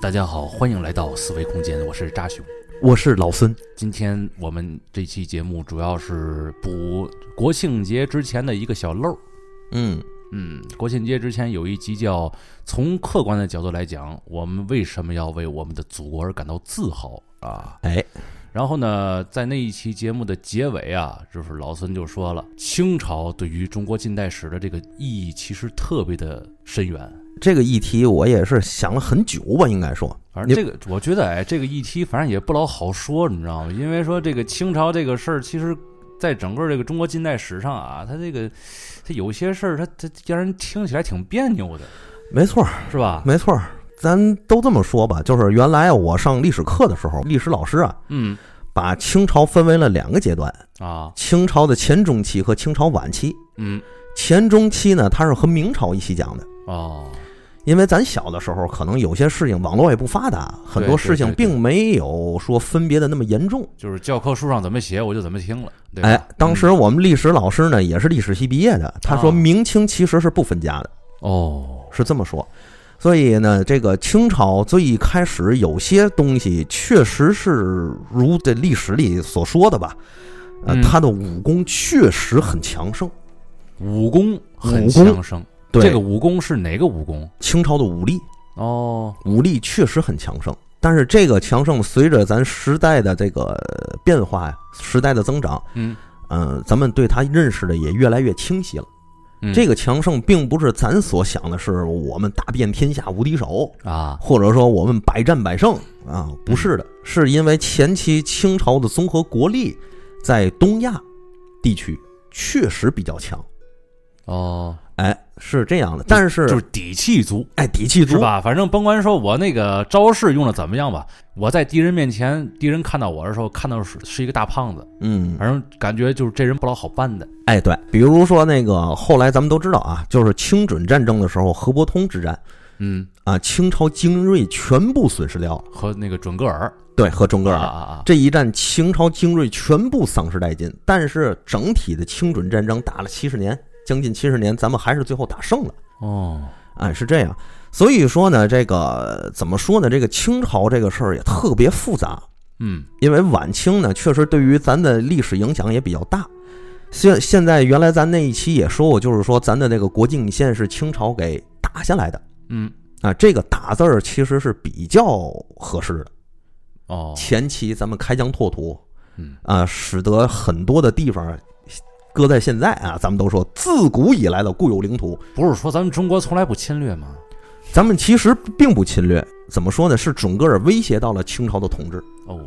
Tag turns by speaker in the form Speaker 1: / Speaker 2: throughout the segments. Speaker 1: 大家好，欢迎来到思维空间，我是扎熊。
Speaker 2: 我是老孙，
Speaker 1: 今天我们这期节目主要是补国庆节之前的一个小漏儿。
Speaker 2: 嗯
Speaker 1: 嗯，国庆节之前有一集叫《从客观的角度来讲，我们为什么要为我们的祖国而感到自豪》啊。
Speaker 2: 哎，
Speaker 1: 然后呢，在那一期节目的结尾啊，就是老孙就说了，清朝对于中国近代史的这个意义其实特别的深远。
Speaker 2: 这个议题我也是想了很久吧，应该说，
Speaker 1: 反正
Speaker 2: 你
Speaker 1: 这个，我觉得哎，这个议题反正也不老好说，你知道吗？因为说这个清朝这个事儿，其实在整个这个中国近代史上啊，它这个它有些事儿，它它让人听起来挺别扭的，
Speaker 2: 没错儿，
Speaker 1: 是吧？
Speaker 2: 没错儿，咱都这么说吧，就是原来我上历史课的时候，历史老师啊，
Speaker 1: 嗯
Speaker 2: 把清朝分为了两个阶段，
Speaker 1: 啊，
Speaker 2: 清朝的前中期和清朝晚期。
Speaker 1: 嗯
Speaker 2: 前中期呢，它是和明朝一起讲的，
Speaker 1: 哦，
Speaker 2: 因为咱小的时候可能有些事情网络也不发达，很多事
Speaker 1: 对
Speaker 2: 情
Speaker 1: 对
Speaker 2: 并没有说分别的那么严重。
Speaker 1: 就是教科书上怎么写我就怎么听了，对吧？嗯
Speaker 2: 哎，当时我们历史老师呢也是历史系毕业的，他说
Speaker 1: 啊
Speaker 2: 明清其实是不分家的。
Speaker 1: 哦，
Speaker 2: 是这么说。所以呢，这个清朝最一开始有些东西确实是如这历史里所说的吧，呃
Speaker 1: 嗯，
Speaker 2: 他的武功确实很强盛。
Speaker 1: 武功很
Speaker 2: 武功
Speaker 1: 相生，
Speaker 2: 对
Speaker 1: 这个武功是哪个武功？
Speaker 2: 清朝的武力，
Speaker 1: 哦，
Speaker 2: 武力确实很强盛。但是这个强盛随着咱时代的这个变化呀，时代的增长，
Speaker 1: 嗯
Speaker 2: 嗯、咱们对他认识的也越来越清晰了。
Speaker 1: 嗯，
Speaker 2: 这个强盛并不是咱所想的是我们大遍天下无敌手，
Speaker 1: 啊，
Speaker 2: 或者说我们百战百胜啊，
Speaker 1: 嗯
Speaker 2: 不是的，是因为前期清朝的综合国力在东亚地区确实比较强，
Speaker 1: 哦，
Speaker 2: 哎，是这样的。但是，
Speaker 1: 就是底气足，
Speaker 2: 哎，底气
Speaker 1: 是
Speaker 2: 足，
Speaker 1: 吧？反正甭管说我那个招式用的怎么样吧，我在敌人面前，敌人看到我的时候，看到是是一个大胖子，
Speaker 2: 嗯，
Speaker 1: 反正感觉就是这人不老好办的。
Speaker 2: 哎，对，比如说那个后来咱们都知道啊，就是清准战争的时候，河伯通之战
Speaker 1: 嗯，
Speaker 2: 啊，清朝精锐全部损失掉了，
Speaker 1: 和那个准格尔，
Speaker 2: 对，和准格
Speaker 1: 啊
Speaker 2: 尔。
Speaker 1: 啊啊，
Speaker 2: 这一战，清朝精锐全部丧失殆尽，但是整体的清准战争打了七十年，将近七十年，咱们还是最后打胜了。
Speaker 1: 哦，
Speaker 2: 哎，是这样。所以说呢，这个怎么说呢？这个清朝这个事儿也特别复杂，
Speaker 1: 嗯
Speaker 2: 因为晚清呢，确实对于咱的历史影响也比较大。现现在原来咱那一期也说过，就是说咱的那个国境线是清朝给打下来的
Speaker 1: 嗯，
Speaker 2: 啊。这个“打”字儿其实是比较合适的。
Speaker 1: 哦，
Speaker 2: 前期咱们开疆拓土
Speaker 1: 嗯
Speaker 2: 啊，使得很多的地方，搁在现在啊，咱们都说自古以来的固有领土，
Speaker 1: 不是说咱们中国从来不侵略吗？
Speaker 2: 咱们其实并不侵略，怎么说呢？是准噶尔威胁到了清朝的统治，
Speaker 1: 哦，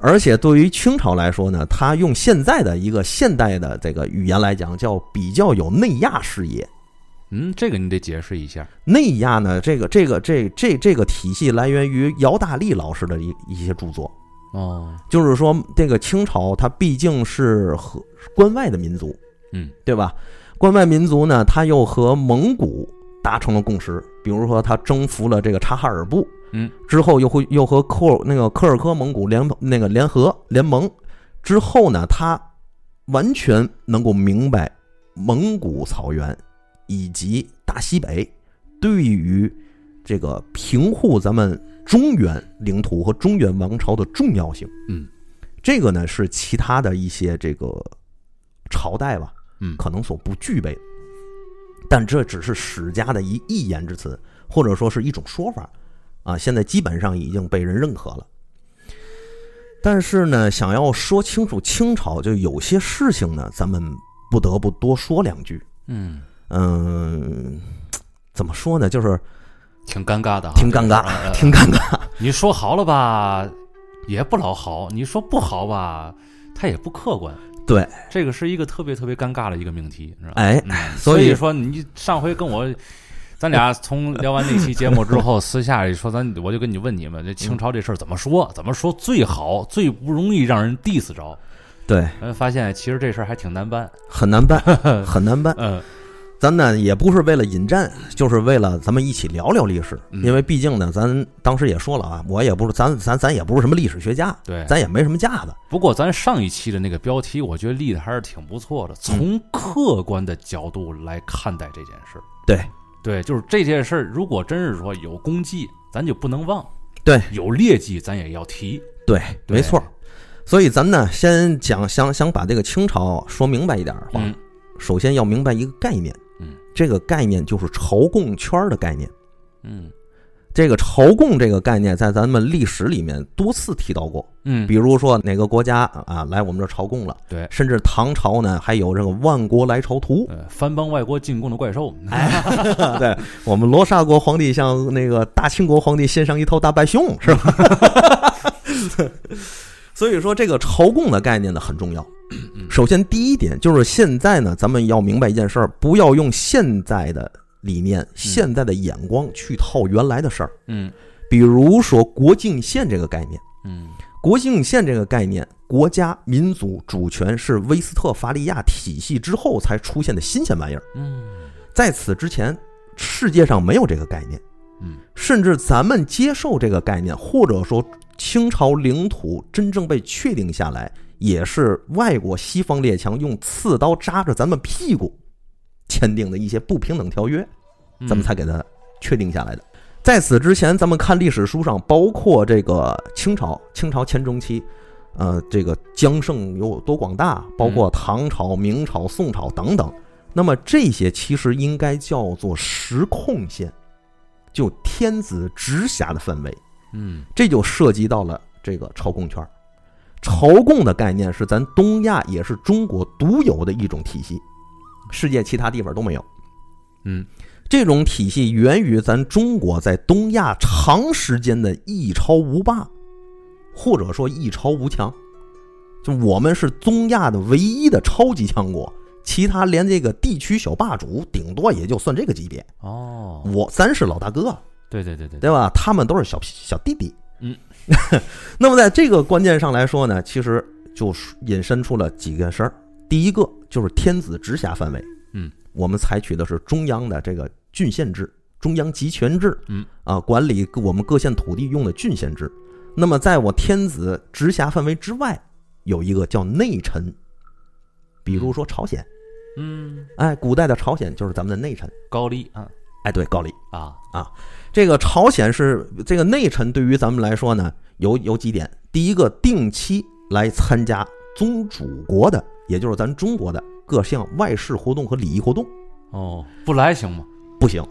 Speaker 2: 而且对于清朝来说呢，他用现在的一个现代的这个语言来讲，叫比较有内亚视野。
Speaker 1: 嗯，这个你得解释一下。
Speaker 2: 内亚呢，这个这个这这这个体系来源于姚大力老师的一一些著作，
Speaker 1: 哦，
Speaker 2: 就是说这个清朝它毕竟是和关外的民族，
Speaker 1: 嗯，
Speaker 2: 对吧？关外民族呢，它又和蒙古达成了共识，比如说它征服了这个察哈尔部，
Speaker 1: 嗯，
Speaker 2: 之后又会又和库那个柯尔克蒙古联那个联合联盟，之后呢，他完全能够明白蒙古草原以及大西北对于这个平护咱们中原领土和中原王朝的重要性。
Speaker 1: 嗯，
Speaker 2: 这个呢是其他的一些这个朝代吧，
Speaker 1: 嗯
Speaker 2: 可能所不具备的。但这只是史家的一一言之词，或者说是一种说法，啊，现在基本上已经被人认可了。但是呢，想要说清楚清朝，就有些事情呢，咱们不得不多说两句。
Speaker 1: 嗯，
Speaker 2: 嗯，怎么说呢？就是
Speaker 1: 挺尴尬的啊，
Speaker 2: 挺尴
Speaker 1: 这
Speaker 2: 尬
Speaker 1: 个事儿，
Speaker 2: 挺尴尬。
Speaker 1: 你说好了吧，也不老好；你说不好吧，他也不客观。
Speaker 2: 对，
Speaker 1: 这个是一个特别特别尴尬的一个命题，你知道吧？
Speaker 2: 哎，
Speaker 1: 嗯
Speaker 2: 所
Speaker 1: 所
Speaker 2: 以
Speaker 1: 说你上回跟我，咱 俩从聊完那期节目之后，私下里说咱我就跟你问你们，这清朝这事儿怎么 说？怎么说最好，最不容易让人 diss 着？
Speaker 2: 对，
Speaker 1: 呃，发现其实这事儿还挺难办。
Speaker 2: 很 难办，很难办。
Speaker 1: 嗯
Speaker 2: 咱呢也不是为了引战，就是为了咱们一起聊聊历史，
Speaker 1: 嗯
Speaker 2: 因为毕竟呢，咱当时也说了啊，我也不是咱咱咱也不是什么历史学家，
Speaker 1: 对
Speaker 2: 咱也没什么架子。
Speaker 1: 不过咱上一期的那个标题，我觉得立的还是挺不错的，
Speaker 2: 嗯
Speaker 1: 从客观的角度来看待这件事儿。
Speaker 2: 对，
Speaker 1: 对，就是这件事儿，如果真是说有功绩，咱就不能忘。
Speaker 2: 对，
Speaker 1: 有劣迹咱也要提。
Speaker 2: 对，
Speaker 1: 对
Speaker 2: 没错儿。所以咱呢，先讲想想把这个清朝说明白一点儿的话，
Speaker 1: 嗯
Speaker 2: 首先要明白一个概念，
Speaker 1: 嗯，
Speaker 2: 这个概念就是朝贡圈儿的概念。
Speaker 1: 嗯
Speaker 2: 这个朝贡这个概念，在咱们历史里面多次提到过，
Speaker 1: 嗯，
Speaker 2: 比如说哪个国家啊来我们这儿朝贡了，
Speaker 1: 对，，
Speaker 2: 甚至唐朝呢还有这个万国来朝图
Speaker 1: 呃，藩邦外国进贡的怪兽，
Speaker 2: 哎 对我们罗刹国皇帝向那个大清国皇帝献上一头大白熊，是吧？ 所以说这个朝贡的概念呢很重要。首先第一点就是现在呢，咱们要明白一件事儿，不要用现在的理念、现在的眼光去套原来的事儿。
Speaker 1: 嗯
Speaker 2: 比如说国境线这个概念，
Speaker 1: 嗯
Speaker 2: 国境线这个概念，国家民族主权是威斯特伐利亚体系之后才出现的新鲜玩意儿，
Speaker 1: 嗯
Speaker 2: 在此之前，世界上没有这个概念，
Speaker 1: 嗯
Speaker 2: 甚至咱们接受这个概念，或者说清朝领土真正被确定下来，也是外国西方列强用刺刀扎着咱们屁股签订的一些不平等条约。
Speaker 1: 嗯，
Speaker 2: 咱们才给它确定下来的。在此之前，咱们看历史书上，包括这个清朝，清朝前中期，呃，这个疆盛有多广大，包括唐朝、明朝、宋朝等等。那么这些其实应该叫做时控线，就天子直辖的范围。
Speaker 1: 嗯
Speaker 2: 这就涉及到了这个朝贡圈儿。朝贡的概念是咱东亚也是中国独有的一种体系，世界其他地方都没有。
Speaker 1: 嗯，
Speaker 2: 这种体系源于咱中国在东亚长时间的一朝无霸，或者说一朝无强。就我们是东亚的唯一的超级强国，其他连这个地区小霸主顶多也就算这个级别。
Speaker 1: 哦，
Speaker 2: 我咱是老大哥，
Speaker 1: 对对对对
Speaker 2: 嗯对吧？他们都是小小弟弟。
Speaker 1: 嗯，
Speaker 2: 那么在这个关键上来说呢，其实就是引申出了几个事儿。第一个就是天子直辖范围，
Speaker 1: 嗯，
Speaker 2: 我们采取的是中央的这个郡县制，中央集权制，
Speaker 1: 嗯
Speaker 2: 啊，管理各我们各县土地用的郡县制。那么在我天子直辖范围之外，有一个叫内臣，比如说朝鲜，
Speaker 1: 嗯，
Speaker 2: 哎，古代的朝鲜就是咱们的内臣，
Speaker 1: 高丽啊
Speaker 2: 哎，对，高丽。
Speaker 1: 啊，
Speaker 2: 这个朝鲜是这个内臣，对于咱们来说呢，有有几点。第一个，定期来参加宗主国的，也就是咱中国的各项外事活动和礼仪活动，
Speaker 1: 哦，不来行 吗？
Speaker 2: 不行，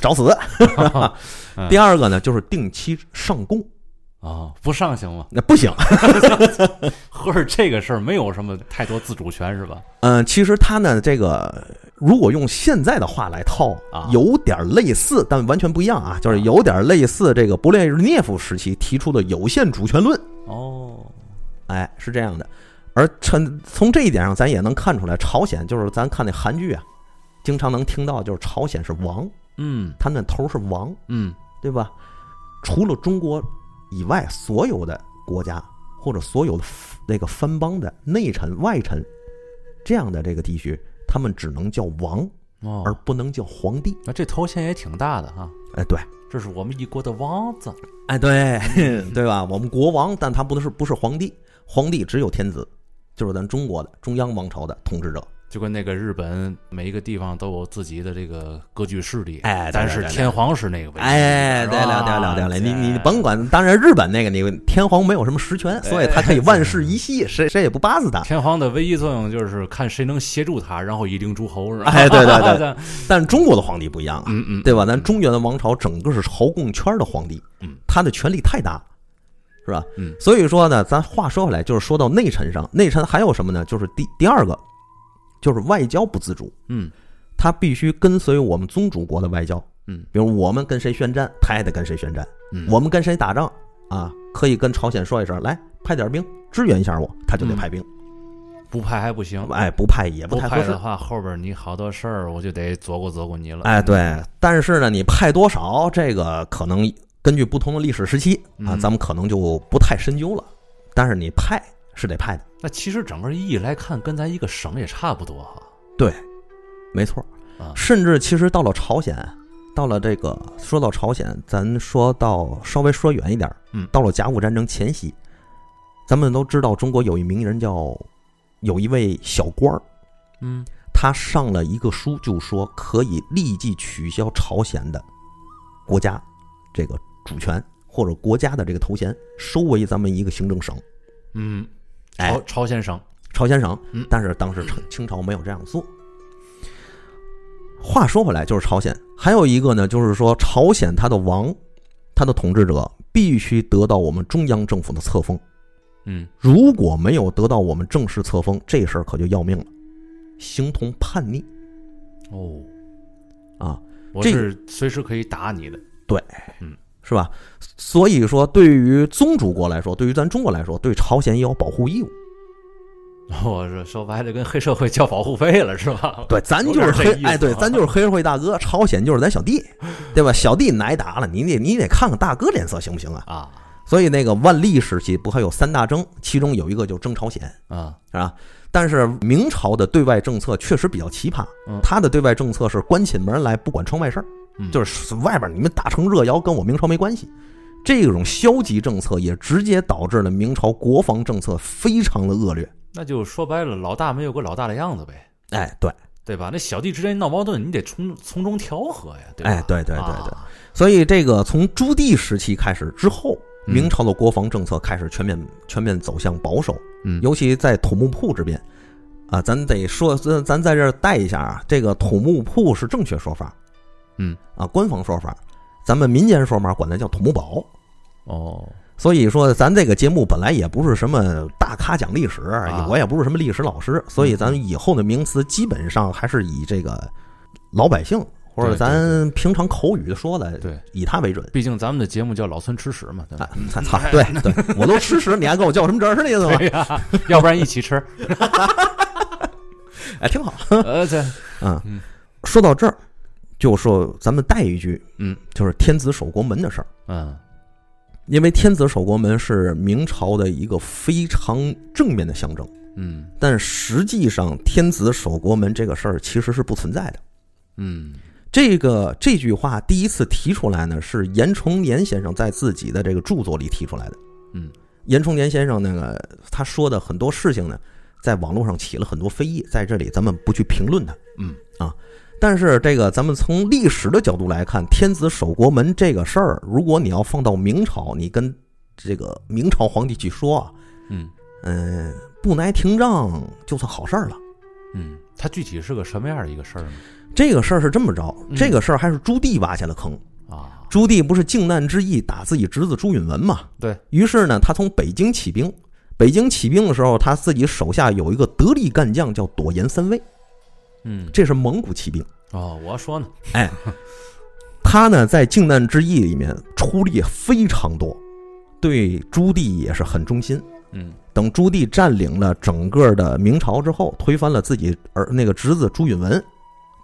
Speaker 2: 找死。第二个呢，就是定期上供，
Speaker 1: 啊，不上行吗？
Speaker 2: 那不行。
Speaker 1: 合着这个事儿没有什么太多自主权是吧？
Speaker 2: 嗯，其实他呢，这个如果用现在的话来套
Speaker 1: 啊
Speaker 2: 有点类似，但完全不一样啊，就是有点类似这个勃列日涅夫时期提出的有限主权论。
Speaker 1: 哦，
Speaker 2: 哎，是这样的。而从从这一点上，咱也能看出来，朝鲜就是咱看那韩剧啊，经常能听到，就是朝鲜是王，
Speaker 1: 嗯
Speaker 2: 他们的头是王，
Speaker 1: 嗯
Speaker 2: 对吧？除了中国以外，所有的国家或者所有的 f- 那个藩邦的内臣、外臣这样的这个地区，他们只能叫王，
Speaker 1: 哦
Speaker 2: 而，不能叫皇帝。
Speaker 1: 那这头衔也挺大的啊，
Speaker 2: 哎，对，
Speaker 1: 这是我们一国的王子。
Speaker 2: 哎，对， 对吧？我们国王，但他不是不是皇帝，皇帝只有天子，就是咱中国的中央王朝的统治者。
Speaker 1: 就跟那个日本每一个地方都有自己的这个割据势力，
Speaker 2: 哎对
Speaker 1: 咱是
Speaker 2: 对对
Speaker 1: 天皇是那个位置，
Speaker 2: 哎，对了对了对
Speaker 1: 哦
Speaker 2: 了，
Speaker 1: 啊
Speaker 2: 你你甭管，当然日本那个你天皇没有什么实权，所以他可以万世一系，谁谁也不巴死他。
Speaker 1: 天皇的唯一作用就是看谁能协助他，然后以令诸侯，是吧？
Speaker 2: 哎对对 对
Speaker 1: 咱
Speaker 2: 但中国的皇帝不一样啊，
Speaker 1: 嗯嗯，
Speaker 2: 对吧？咱中原的王朝整个是朝贡圈的皇帝
Speaker 1: 嗯，
Speaker 2: 他的权力太大了，是吧
Speaker 1: 嗯？
Speaker 2: 所以说呢，咱话说回来，就是说到内臣上，内臣还有什么呢？就是第第二个，就是外交不自主，
Speaker 1: 嗯
Speaker 2: 他必须跟随我们宗主国的外交。
Speaker 1: 嗯，
Speaker 2: 比如我们跟谁宣战，他也得跟谁宣战。
Speaker 1: 嗯，
Speaker 2: 我们跟谁打仗啊，可以跟朝鲜说一声，来派点兵支援一下我，他就得派兵。
Speaker 1: 不派还不行，
Speaker 2: 哎，不派也
Speaker 1: 嗯不
Speaker 2: 太合
Speaker 1: 派
Speaker 2: 适
Speaker 1: 的。话，后边你好多事儿我就得琢磨琢磨你了。
Speaker 2: 哎，对，但是呢，你派多少，这个可能根据不同的历史时期啊，
Speaker 1: 嗯
Speaker 2: 咱们可能就不太深究了。但是你派是得派的，
Speaker 1: 那其实整个意义来看，跟咱一个省也差不多哈。
Speaker 2: 对，没错
Speaker 1: 啊。
Speaker 2: 甚至其实到了朝鲜，到了这个说到朝鲜，咱说到稍微说远一点儿，
Speaker 1: 嗯
Speaker 2: 到了甲午战争前夕，咱们都知道中国有一名人叫有一位小官儿，
Speaker 1: 嗯，
Speaker 2: 他上了一个书，就说可以立即取消朝鲜的国家这个主权或者国家的这个头衔，收为咱们一个行政省，
Speaker 1: 嗯，
Speaker 2: 哎
Speaker 1: 朝朝鲜省，
Speaker 2: 朝鲜省
Speaker 1: 嗯。
Speaker 2: 但是当时清清朝没有这样做。话说回来，就是朝鲜，还有一个呢，就是说朝鲜它的王，它的统治者必须得到我们中央政府的册封。
Speaker 1: 嗯，
Speaker 2: 如果没有得到我们正式册封，这事儿可就要命了，形同叛逆
Speaker 1: 哦，
Speaker 2: 啊，
Speaker 1: 我
Speaker 2: 这
Speaker 1: 是随时可以打你的，
Speaker 2: 是吧？所以说，对于宗主国来说，对于咱中国来说，对朝鲜也有保护义务。
Speaker 1: 我说说白了跟黑社会交保护费了是吧？
Speaker 2: 对，咱
Speaker 1: 有
Speaker 2: 就
Speaker 1: 点
Speaker 2: 是
Speaker 1: 这
Speaker 2: 黑
Speaker 1: 意，思
Speaker 2: 哎，对，
Speaker 1: 啊
Speaker 2: 咱就是黑社会大哥，朝鲜就是咱小弟，对吧？小弟你挨打了，你得你得看看大哥脸色行不行啊？
Speaker 1: 啊
Speaker 2: 所以那个万历时期不还有三大征，其中有一个就是征朝鲜，
Speaker 1: 啊，
Speaker 2: 是吧？但是明朝的对外政策确实比较奇葩
Speaker 1: 嗯，
Speaker 2: 他的对外政策是关起门来不管窗外事儿，
Speaker 1: 嗯
Speaker 2: 就是外边你们打成热窑，跟我明朝没关系。这种消极政策也直接导致了明朝国防政策非常的恶劣。
Speaker 1: 那就说白了，老大没有个老大的样子呗，
Speaker 2: 哎，对，
Speaker 1: 对吧？那小弟之间闹矛盾，你得从从中调和呀，对吧？
Speaker 2: 哎，对对对对。
Speaker 1: 啊
Speaker 2: 所以这个从朱棣时期开始之后，
Speaker 1: 嗯
Speaker 2: 明朝的国防政策开始全面全面走向保守，
Speaker 1: 嗯，
Speaker 2: 尤其在土木堡这边，啊，咱得说，咱咱在这儿带一下啊，这个土木堡是正确说法，
Speaker 1: 嗯，
Speaker 2: 啊，官方说法，咱们民间说法管它叫土木堡。
Speaker 1: 哦，
Speaker 2: 所以说，咱这个节目本来也不是什么大咖讲历史，
Speaker 1: 啊
Speaker 2: 我也不是什么历史老师，所以咱以后的名词基本上还是以这个老百姓或
Speaker 1: 对
Speaker 2: 者
Speaker 1: 对
Speaker 2: 咱平常口语说的，
Speaker 1: 对，
Speaker 2: 以它为准。
Speaker 1: 毕竟咱们的节目叫老孙吃屎嘛，对吧
Speaker 2: 啊？，操操，对对，我都吃屎，你还跟我较什么真儿的意思吗？
Speaker 1: 对呀，要不然一起 吃。
Speaker 2: 哎，挺好。
Speaker 1: 呃，对，
Speaker 2: 嗯，说到这儿，就说咱们带一句，
Speaker 1: 嗯，
Speaker 2: 就是天子守国门的事儿，
Speaker 1: 嗯
Speaker 2: 因为天子守国门是明朝的一个非常正面的象征，
Speaker 1: 嗯
Speaker 2: 但实际上天子守国门这个事儿其实是不存在的。
Speaker 1: 嗯
Speaker 2: 这个这句话第一次提出来呢，是严崇年先生在自己的这个著作里提出来的。
Speaker 1: 嗯，
Speaker 2: 严崇年先生那个他说的很多事情呢，在网络上起了很多非议，在这里咱们不去评论他。
Speaker 1: 嗯
Speaker 2: 啊，但是这个咱们从历史的角度来看，天子守国门这个事儿，如果你要放到明朝，你跟这个明朝皇帝去说啊，
Speaker 1: 嗯
Speaker 2: 嗯，不来廷杖就算好事儿了。
Speaker 1: 嗯，它具体是个什么样的一个事儿呢？
Speaker 2: 这个事儿是这么着，
Speaker 1: 嗯
Speaker 2: 这个事儿还是朱棣挖下了坑。
Speaker 1: 啊，
Speaker 2: 朱棣不是靖难之役打自己侄子朱允炆嘛？
Speaker 1: 对
Speaker 2: 于是呢，他从北京起兵。北京起兵的时候，他自己手下有一个得力干将叫朵颜三卫，
Speaker 1: 嗯，
Speaker 2: 这是蒙古骑兵。
Speaker 1: 哦，我说呢，
Speaker 2: 他呢在靖难之役里面出力非常多，对朱棣也是很忠心。
Speaker 1: 嗯
Speaker 2: 等朱棣占领了整个的明朝之后，推翻了自己儿那个侄子朱允炆，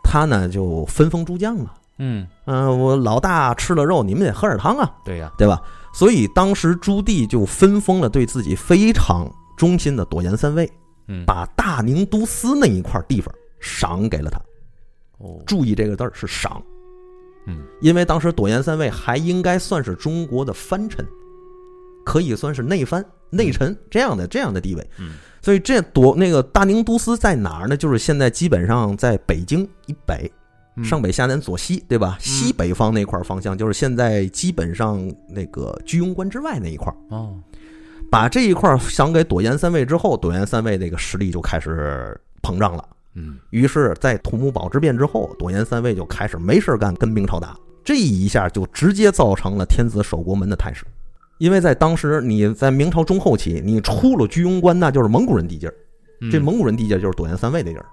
Speaker 2: 他呢就分封诸将了。
Speaker 1: 嗯，
Speaker 2: 嗯、我老大吃了肉，你们得喝点汤啊。
Speaker 1: 对呀，
Speaker 2: 对吧？所以当时朱棣就分封了对自己非常忠心的朵颜三卫，
Speaker 1: 嗯，
Speaker 2: 把大宁都司那一块地方赏给了他。
Speaker 1: 哦，
Speaker 2: 注意这个字儿是赏，
Speaker 1: 嗯，
Speaker 2: 因为当时朵颜三卫还应该算是中国的藩臣，可以算是内藩、内臣这样的这样的地位。
Speaker 1: 嗯，
Speaker 2: 所以这朵那个大宁都司在哪儿呢？就是现在基本上在北京以北，
Speaker 1: 嗯
Speaker 2: 上北下南左西，对吧？西北方那块儿方向，就是现在基本上那个居庸关之外那一块儿，
Speaker 1: 哦，
Speaker 2: 把这一块儿赏给朵颜三卫之后，朵颜三卫这个实力就开始膨胀了。
Speaker 1: 嗯
Speaker 2: 于是，在土木堡之变之后，朵颜三卫就开始没事儿干跟明朝打，这一下就直接造成了天子守国门的态势。因为在当时，你在明朝中后期，你出了居庸关，那就是蒙古人地界儿，
Speaker 1: 嗯，
Speaker 2: 这蒙古人地界儿就是朵颜三卫的地儿。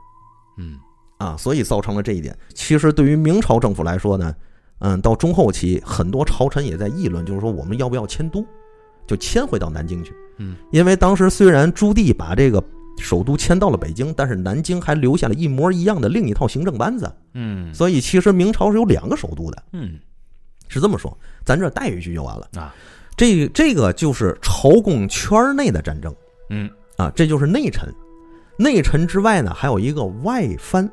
Speaker 1: 嗯
Speaker 2: 啊，所以造成了这一点。其实对于明朝政府来说呢，嗯，到中后期，很多朝臣也在议论，就是说我们要不要迁都，就迁回到南京去。
Speaker 1: 嗯，
Speaker 2: 因为当时虽然朱棣把这个首都迁到了北京，但是南京还留下了一模一样的另一套行政班子，
Speaker 1: 嗯
Speaker 2: 所以其实明朝是有两个首都的，
Speaker 1: 嗯
Speaker 2: 是这么说。咱这儿带一句就完了
Speaker 1: 啊。
Speaker 2: 这这个就是朝贡圈儿内的战争
Speaker 1: 嗯
Speaker 2: 啊，这就是内臣。内臣之外呢，还有一个外藩。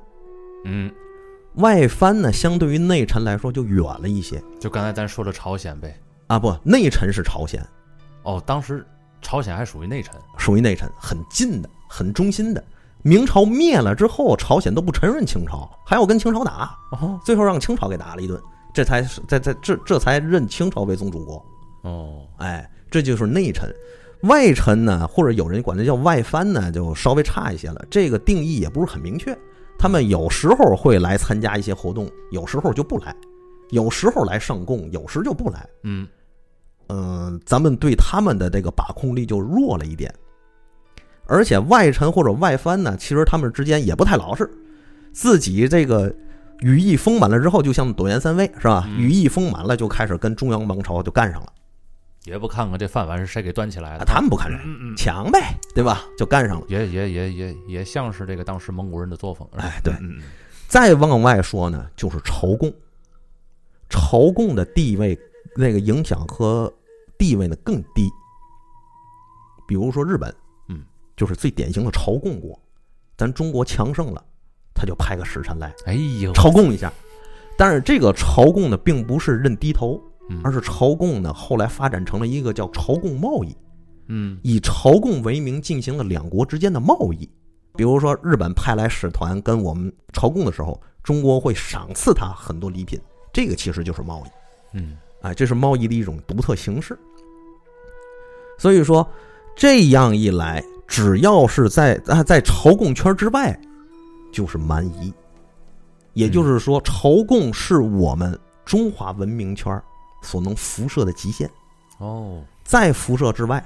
Speaker 1: 嗯，
Speaker 2: 外藩呢，相对于内臣来说就远了一些
Speaker 1: 就刚才咱说的朝鲜呗，
Speaker 2: 啊。不，内臣是朝鲜，
Speaker 1: 哦，当时朝鲜还属于内臣，
Speaker 2: 属于内臣，很近的，很忠心的。明朝灭了之后，朝鲜都不承认清朝，还要跟清朝打，
Speaker 1: 哦，
Speaker 2: 最后让清朝给打了一顿。这才是在在这这才认清朝为宗主国。
Speaker 1: 哦，
Speaker 2: 哎，这就是内臣。外臣呢，或者有人管它叫外藩呢，就稍微差一些了。这个定义也不是很明确。他们有时候会来参加一些活动，有时候就不来，有时候来上供，有时就不来。
Speaker 1: 嗯，
Speaker 2: 嗯、咱们对他们的这个把控力就弱了一点。而且外臣或者外藩呢，其实他们之间也不太老实，自己这个羽翼丰满了之后，就像朵颜三威是吧？
Speaker 1: 嗯
Speaker 2: 羽翼丰满了，就开始跟中央王朝就干上了。
Speaker 1: 也不看看这饭碗是谁给端起来
Speaker 2: 啊
Speaker 1: 的，
Speaker 2: 他们不看人，
Speaker 1: 嗯嗯，
Speaker 2: 抢呗，对吧？就干上了。
Speaker 1: 也也也也也像是这个当时蒙古人的作风，是吧
Speaker 2: 哎，对，
Speaker 1: 嗯嗯
Speaker 2: 再往外说呢，就是朝贡，朝贡的地位、那个影响和地位呢更低。比如说日本，
Speaker 1: 嗯，
Speaker 2: 就是最典型的朝贡国。咱中国强盛了，他就派个使臣来
Speaker 1: 哎呦，
Speaker 2: 朝贡一下。但是这个朝贡呢，并不是认低头，
Speaker 1: 嗯
Speaker 2: 而是朝贡呢后来发展成了一个叫朝贡贸易。
Speaker 1: 嗯
Speaker 2: 以朝贡为名进行了两国之间的贸易。比如说，日本派来使团跟我们朝贡的时候，中国会赏赐他很多礼品，这个其实就是贸易，
Speaker 1: 嗯，
Speaker 2: 哎，这是贸易的一种独特形式。所以说，这样一来，只要是在啊在朝贡圈之外，就是蛮夷，也就是说，朝贡是我们中华文明圈所能辐射的极限，
Speaker 1: 哦，
Speaker 2: 再辐射之外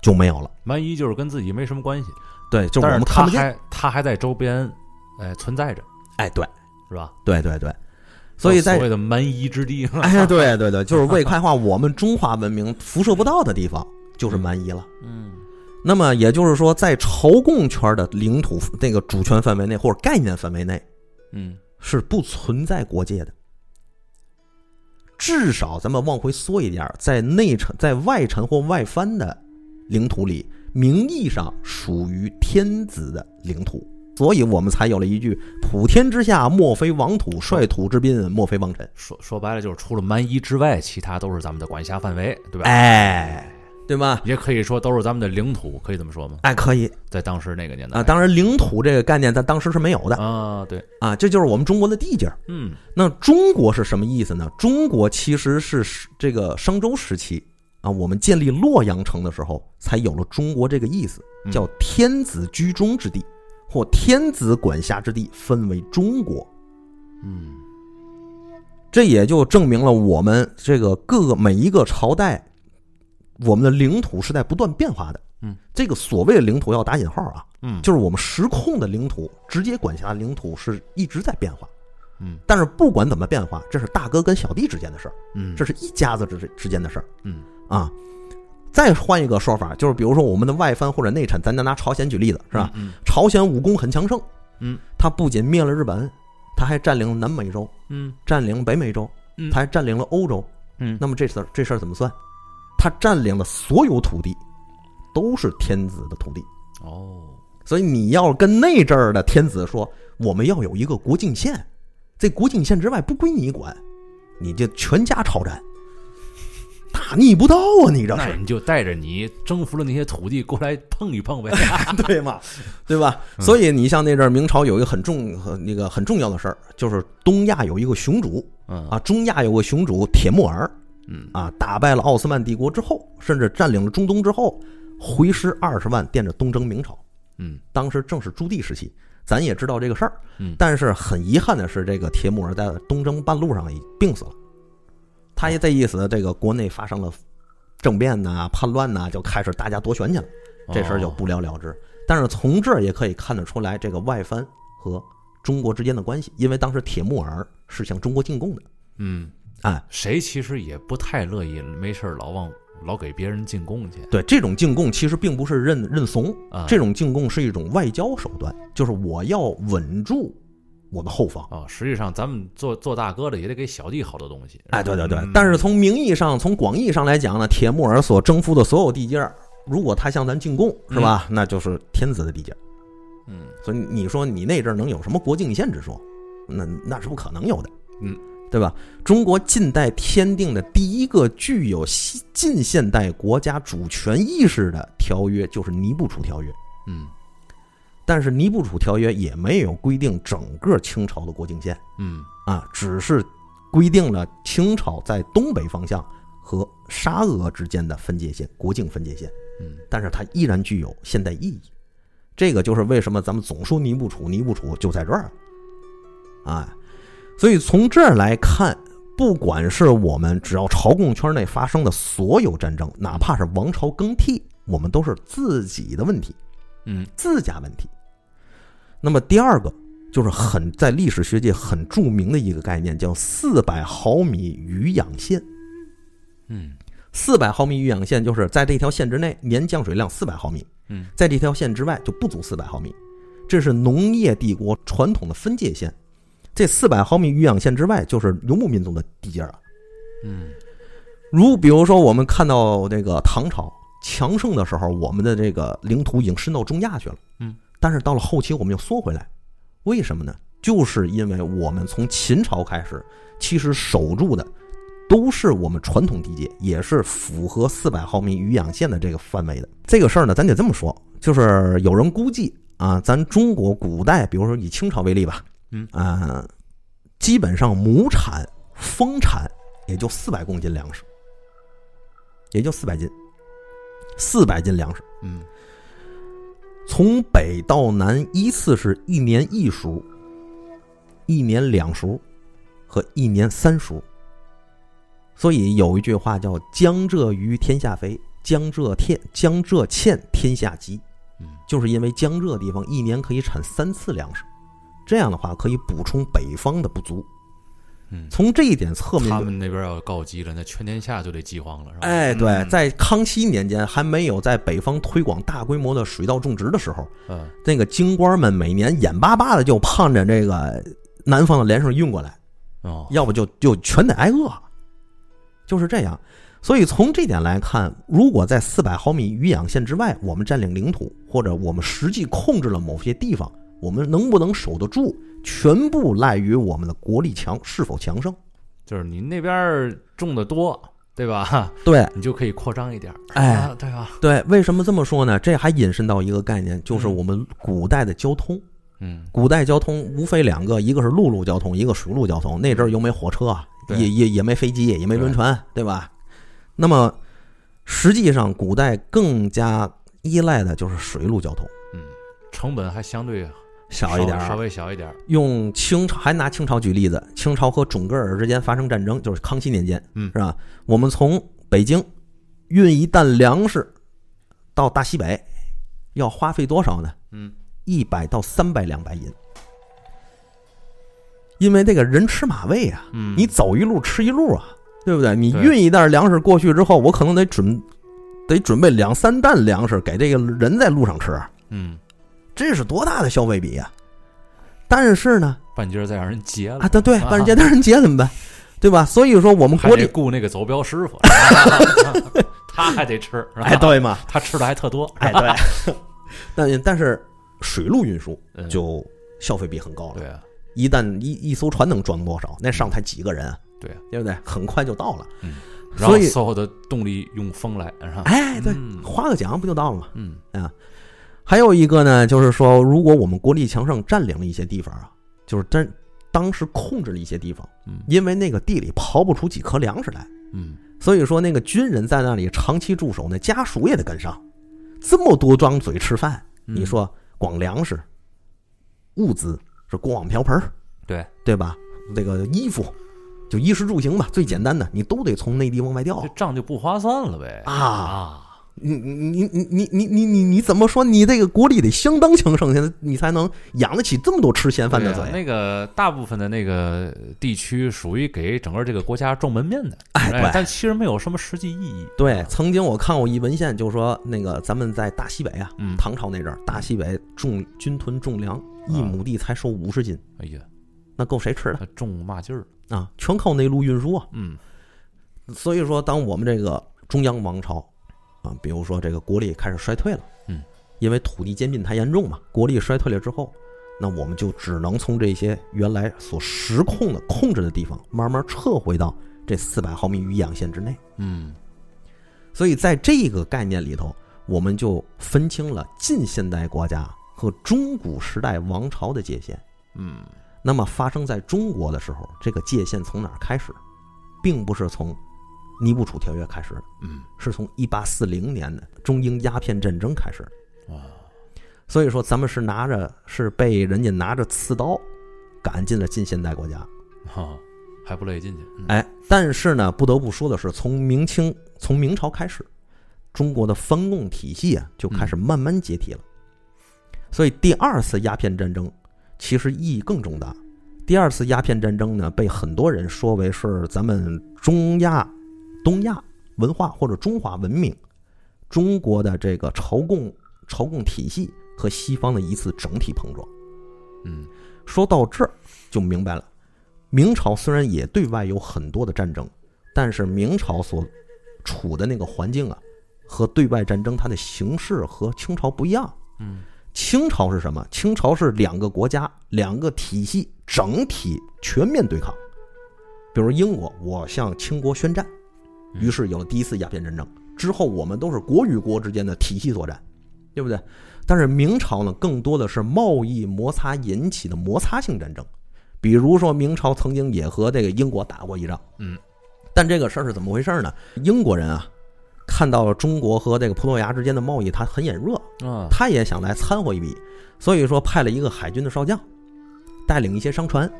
Speaker 2: 就没有了。
Speaker 1: 蛮夷就是跟自己没什么关系，
Speaker 2: 对，就是我
Speaker 1: 但
Speaker 2: 们
Speaker 1: 是
Speaker 2: 看
Speaker 1: 他
Speaker 2: 不见。
Speaker 1: 还他还在周边，哎，存在着，
Speaker 2: 哎，对，
Speaker 1: 是吧？
Speaker 2: 对对 对，所以在
Speaker 1: 所谓的蛮夷之地，
Speaker 2: 哎，对对对，就是未开化我们中华文明辐射不到的地方，就是蛮夷了。
Speaker 1: 嗯
Speaker 2: 那么也就是说，在朝贡圈的领土那个主权范围内或者概念范围内
Speaker 1: 嗯
Speaker 2: 是不存在国界的。至少咱们往回缩一点儿，在内臣、在外臣或外藩的领土里，名义上属于天子的领土，所以我们才有了一句“普天之下莫非王土，率土之滨莫非王臣”。
Speaker 1: 说说白了就是除了蛮夷之外，其他都是咱们的管辖范围，对吧？
Speaker 2: 哎，对吧？
Speaker 1: 也可以说都是咱们的领土，可以这么说吗？
Speaker 2: 哎，可以
Speaker 1: 在当时那个年代
Speaker 2: 啊。当然，领土这个概念在当时是没有的
Speaker 1: 啊，对，
Speaker 2: 啊，这就是我们中国的地界儿。
Speaker 1: 嗯
Speaker 2: 那中国是什么意思呢？中国其实是这个商周时期啊，我们建立洛阳城的时候，才有了中国这个意思，
Speaker 1: 嗯
Speaker 2: 叫天子居中之地，或天子管辖之地，分为中国。
Speaker 1: 嗯
Speaker 2: 这也就证明了我们这个各个每一个朝代，我们的领土是在不断变化的。
Speaker 1: 嗯，
Speaker 2: 这个所谓的领土要打引号啊，
Speaker 1: 嗯，
Speaker 2: 就是我们实控的领土，直接管辖的领土是一直在变化。
Speaker 1: 嗯
Speaker 2: 但是不管怎么变化，这是大哥跟小弟之间的事儿，
Speaker 1: 嗯
Speaker 2: 这是一家子之之间的事儿
Speaker 1: 嗯
Speaker 2: 啊。再换一个说法，就是比如说我们的外藩或者内臣，咱就拿朝鲜举例子，是吧？
Speaker 1: 嗯
Speaker 2: 朝鲜武功很强盛，
Speaker 1: 嗯，
Speaker 2: 他不仅灭了日本，他还占领了南美洲，
Speaker 1: 嗯
Speaker 2: 占领北美洲
Speaker 1: 嗯，
Speaker 2: 他还占领了欧洲。
Speaker 1: 嗯
Speaker 2: 那么这事儿这事儿怎么算？他占领的所有土地都是天子的土地，
Speaker 1: 哦，
Speaker 2: 所以你要跟那阵儿的天子说，我们要有一个国境线，这国境线之外不归你管，你这全家抄斩，大逆不道啊！你这
Speaker 1: 那
Speaker 2: 是
Speaker 1: 你就带着你征服了那些土地过来碰一 碰呗，
Speaker 2: 对吗？对吧？所以你像那阵儿明朝有一个很重很那个很重要的事儿，就是东亚有一个雄主
Speaker 1: 嗯
Speaker 2: 啊，中亚有个雄主铁木儿
Speaker 1: 嗯
Speaker 2: 啊，打败了奥斯曼帝国之后，甚至占领了中东之后，回师二十万惦着东征明朝。
Speaker 1: 嗯
Speaker 2: 当时正是朱棣时期，咱也知道这个事儿。
Speaker 1: 嗯
Speaker 2: 但是很遗憾的是，这个铁木儿在东征半路上也病死了。他也这意思，这个国内发生了政变呐、叛乱呐、就开始大家夺权去了，
Speaker 1: 哦
Speaker 2: 这事儿就不了了之。但是从这儿也可以看得出来，这个外藩和中国之间的关系，因为当时铁木儿是向中国进贡的，
Speaker 1: 嗯，
Speaker 2: 哎，
Speaker 1: 谁其实也不太乐意，没事儿老往老给别人进贡去
Speaker 2: 对这种进贡其实并不是认认怂，
Speaker 1: 啊，
Speaker 2: 这种进贡是一种外交手段，就是我要稳住我的后方。
Speaker 1: 啊，实际上咱们做做大哥的也得给小弟好多东西，
Speaker 2: 哎，对对对
Speaker 1: 嗯，
Speaker 2: 但是从名义上，从广义上来讲呢，铁木儿所征服的所有地界儿，如果他向咱进贡，是吧？那就是天子的地界儿。
Speaker 1: 嗯
Speaker 2: 所以你说你那阵儿能有什么国境线之说？那那是不可能有的，
Speaker 1: 嗯，
Speaker 2: 对吧？中国近代签订的第一个具有西近现代国家主权意识的条约就是《尼布楚条约》，
Speaker 1: 嗯
Speaker 2: 但是《尼布楚条约》也没有规定整个清朝的国境线
Speaker 1: 嗯
Speaker 2: 啊，只是规定了清朝在东北方向和沙俄之间的分界线，国境分界线。
Speaker 1: 嗯
Speaker 2: 但是它依然具有现代意义。这个就是为什么咱们总说尼布楚，尼布楚就在这儿，哎，所以从这儿来看，不管是我们只要朝贡圈内发生的所有战争，哪怕是王朝更替，我们都是自己的问题，
Speaker 1: 嗯
Speaker 2: 自家问题。那么第二个就是很在历史学界很著名的一个概念，叫四百毫米雨养线。
Speaker 1: 嗯
Speaker 2: 四百毫米雨氧线就是在这条线之内年降水量四百毫米，
Speaker 1: 嗯，
Speaker 2: 在这条线之外就不足四百毫米，这是农业帝国传统的分界线。这四百毫米雨氧线之外就是游牧民族的地界儿了。
Speaker 1: 嗯
Speaker 2: 如比如说我们看到这个唐朝强盛的时候，我们的这个领土已经伸到中亚去了，
Speaker 1: 嗯，
Speaker 2: 但是到了后期我们又缩回来，为什么呢？就是因为我们从秦朝开始，其实守住的都是我们传统地界，也是符合四百毫米雨氧线的这个范围的。这个事儿呢，咱得这么说，就是有人估计啊，咱中国古代，比如说以清朝为例吧，
Speaker 1: 嗯
Speaker 2: 啊，基本上亩产、丰产也就四百公斤粮食，也就四百斤，四百斤粮食。
Speaker 1: 嗯
Speaker 2: 从北到南依次是一年一熟、一年两熟和一年三熟。所以有一句话叫“江浙鱼天下肥，江浙天江浙欠天下急”，
Speaker 1: 嗯
Speaker 2: 就是因为江浙地方一年可以产三次粮食，这样的话可以补充北方的不足。
Speaker 1: 嗯，
Speaker 2: 从这一点侧面
Speaker 1: 他
Speaker 2: 就
Speaker 1: 们那边要告急了，那全天下就得饥荒了，是吧？
Speaker 2: 哎，对，
Speaker 1: 嗯
Speaker 2: 在康熙年间还没有在北方推广大规模的水稻种植的时候，
Speaker 1: 嗯
Speaker 2: 那个京官们每年眼巴巴的就盼着这个南方的粮食运过来，
Speaker 1: 哦，
Speaker 2: 要不就就全得挨饿，就是这样。所以从这点来看，如果在四百毫米雨氧线之外，我们占领领土，或者我们实际控制了某些地方，我们能不能守得住，全部赖于我们的国力强是否强盛。
Speaker 1: 就是你那边种的多，对吧？
Speaker 2: 对，
Speaker 1: 你就可以扩张一点儿，
Speaker 2: 哎
Speaker 1: 啊对吧？
Speaker 2: 对，为什么这么说呢？这还引申到一个概念，就是
Speaker 1: 嗯
Speaker 2: 我们古代的交通。
Speaker 1: 嗯
Speaker 2: 古代交通无非两个，一个是陆路交通，一个水路交通。那阵儿又没火车啊，
Speaker 1: 对
Speaker 2: 也也也没飞机，也没轮船，对吧？那么实际上，古代更加依赖的就是水路交通，
Speaker 1: 嗯，成本还相对
Speaker 2: 小一点
Speaker 1: 稍
Speaker 2: 儿。
Speaker 1: 微小一点儿，
Speaker 2: 用清朝还拿清朝举例子，清朝和准噶尔之间发生战争，就是康熙年间，
Speaker 1: 嗯
Speaker 2: 是吧？我们从北京运一担粮食到大西北，要花费多少呢？
Speaker 1: 嗯，
Speaker 2: 一百到三百两白银，因为这个人吃马喂啊，
Speaker 1: 嗯，
Speaker 2: 你走一路吃一路啊，对不对？你
Speaker 1: 对
Speaker 2: 运一袋粮食过去之后，我可能得准得准备两三担粮食给这个人在路上吃，
Speaker 1: 嗯，
Speaker 2: 这是多大的消费比呀、但是呢，
Speaker 1: 半截儿再让人截了
Speaker 2: 啊，，对对，
Speaker 1: 啊
Speaker 2: 半人节单人节怎么办？对吧？所以说我们
Speaker 1: 还
Speaker 2: 国
Speaker 1: 得
Speaker 2: 力，
Speaker 1: 雇那个走镖师 傅，他还得吃，是吧
Speaker 2: 哎，对 嘛，
Speaker 1: 他吃的还特多，
Speaker 2: 哎，对。 但但是水路运输
Speaker 1: 嗯
Speaker 2: 就消费比很高了，
Speaker 1: 对啊，
Speaker 2: 一旦一一艘船能装多少？那上台几个人啊？
Speaker 1: 对啊
Speaker 2: 对不对？很快就到了。
Speaker 1: 嗯然后
Speaker 2: 所以，
Speaker 1: 所有的动力用风来，是吧？
Speaker 2: 哎，对，
Speaker 1: 嗯
Speaker 2: 花个奖不就到了吗？
Speaker 1: 嗯
Speaker 2: 还有一个呢，就是说，如果我们国力强盛，占领了一些地方啊，就是真当时控制了一些地方，
Speaker 1: 嗯
Speaker 2: 因为那个地里刨不出几颗粮食来，
Speaker 1: 嗯
Speaker 2: 所以说那个军人在那里长期驻守，那家属也得跟上，这么多张嘴吃饭，
Speaker 1: 嗯
Speaker 2: 你说光粮食、物资是锅碗瓢盆儿
Speaker 1: 对，
Speaker 2: 对吧？这个衣服，就衣食住行吧，最简单的，你都得从内地往外调
Speaker 1: 这。账就不划算了呗
Speaker 2: 哦啊
Speaker 1: 啊，
Speaker 2: 你你你你你你你你怎么说？你这个国力得相当强盛，现在你才能养得起这么多吃闲饭的
Speaker 1: 对啊
Speaker 2: 嘴。
Speaker 1: 那个大部分的那个地区属于给整个这个国家撞门面的，
Speaker 2: 哎对
Speaker 1: 但其实没有什么实际意义。
Speaker 2: 对，曾经我看过一文献，就说那个咱们在大西北啊，
Speaker 1: 嗯，
Speaker 2: 唐朝那阵儿，大西北种军屯种粮，一亩地才收五十斤，
Speaker 1: 哎呀，
Speaker 2: 那够谁吃的？
Speaker 1: 他中嘛劲儿，
Speaker 2: 啊，全靠内陆运输啊。
Speaker 1: 嗯
Speaker 2: 所以说，当我们这个中央王朝啊，比如说这个国力开始衰退了，
Speaker 1: 嗯，
Speaker 2: 因为土地兼并太严重嘛，国力衰退了之后，那我们就只能从这些原来所实控的控制的地方，慢慢撤回到这四百毫米雨氧线之内。
Speaker 1: 嗯
Speaker 2: 所以在这个概念里头，我们就分清了近现代国家和中古时代王朝的界限。
Speaker 1: 嗯
Speaker 2: 那么发生在中国的时候，这个界限从哪儿开始，并不是从尼布楚条约开始的，
Speaker 1: 嗯，
Speaker 2: 是从一八四零年的中英鸦片战争开始的。
Speaker 1: 哇，
Speaker 2: 所以说，咱们是拿着是被人家拿着刺刀赶进了近现代国家。
Speaker 1: 哈，还不乐意进去？嗯
Speaker 2: 哎，但是呢，不得不说的是，从明清从明朝开始，中国的藩共体系啊就开始慢慢解体了。所以第二次鸦片战争其实意义更重大。第二次鸦片战争呢，被很多人说为是咱们中亚、东亚文化或者中华文明、中国的这个朝贡朝贡体系和西方的一次整体碰撞。
Speaker 1: 嗯
Speaker 2: 说到这儿就明白了，明朝虽然也对外有很多的战争，但是明朝所处的那个环境啊，和对外战争它的形式和清朝不一样。
Speaker 1: 嗯，
Speaker 2: 清朝是什么？清朝是两个国家、两个体系整体全面对抗。比如英国，我向清国宣战，
Speaker 1: 嗯
Speaker 2: 于是有了第一次鸦片战争。之后我们都是国与国之间的体系作战，对不对？但是明朝呢，更多的是贸易摩擦引起的摩擦性战争。比如说，明朝曾经也和这个英国打过一仗，
Speaker 1: 嗯，
Speaker 2: 但这个事儿是怎么回事呢？英国人啊，看到了中国和这个葡萄牙之间的贸易，他很眼热，
Speaker 1: 啊，
Speaker 2: 他也想来掺和一笔，所以说派了一个海军的少将，带领一些商船，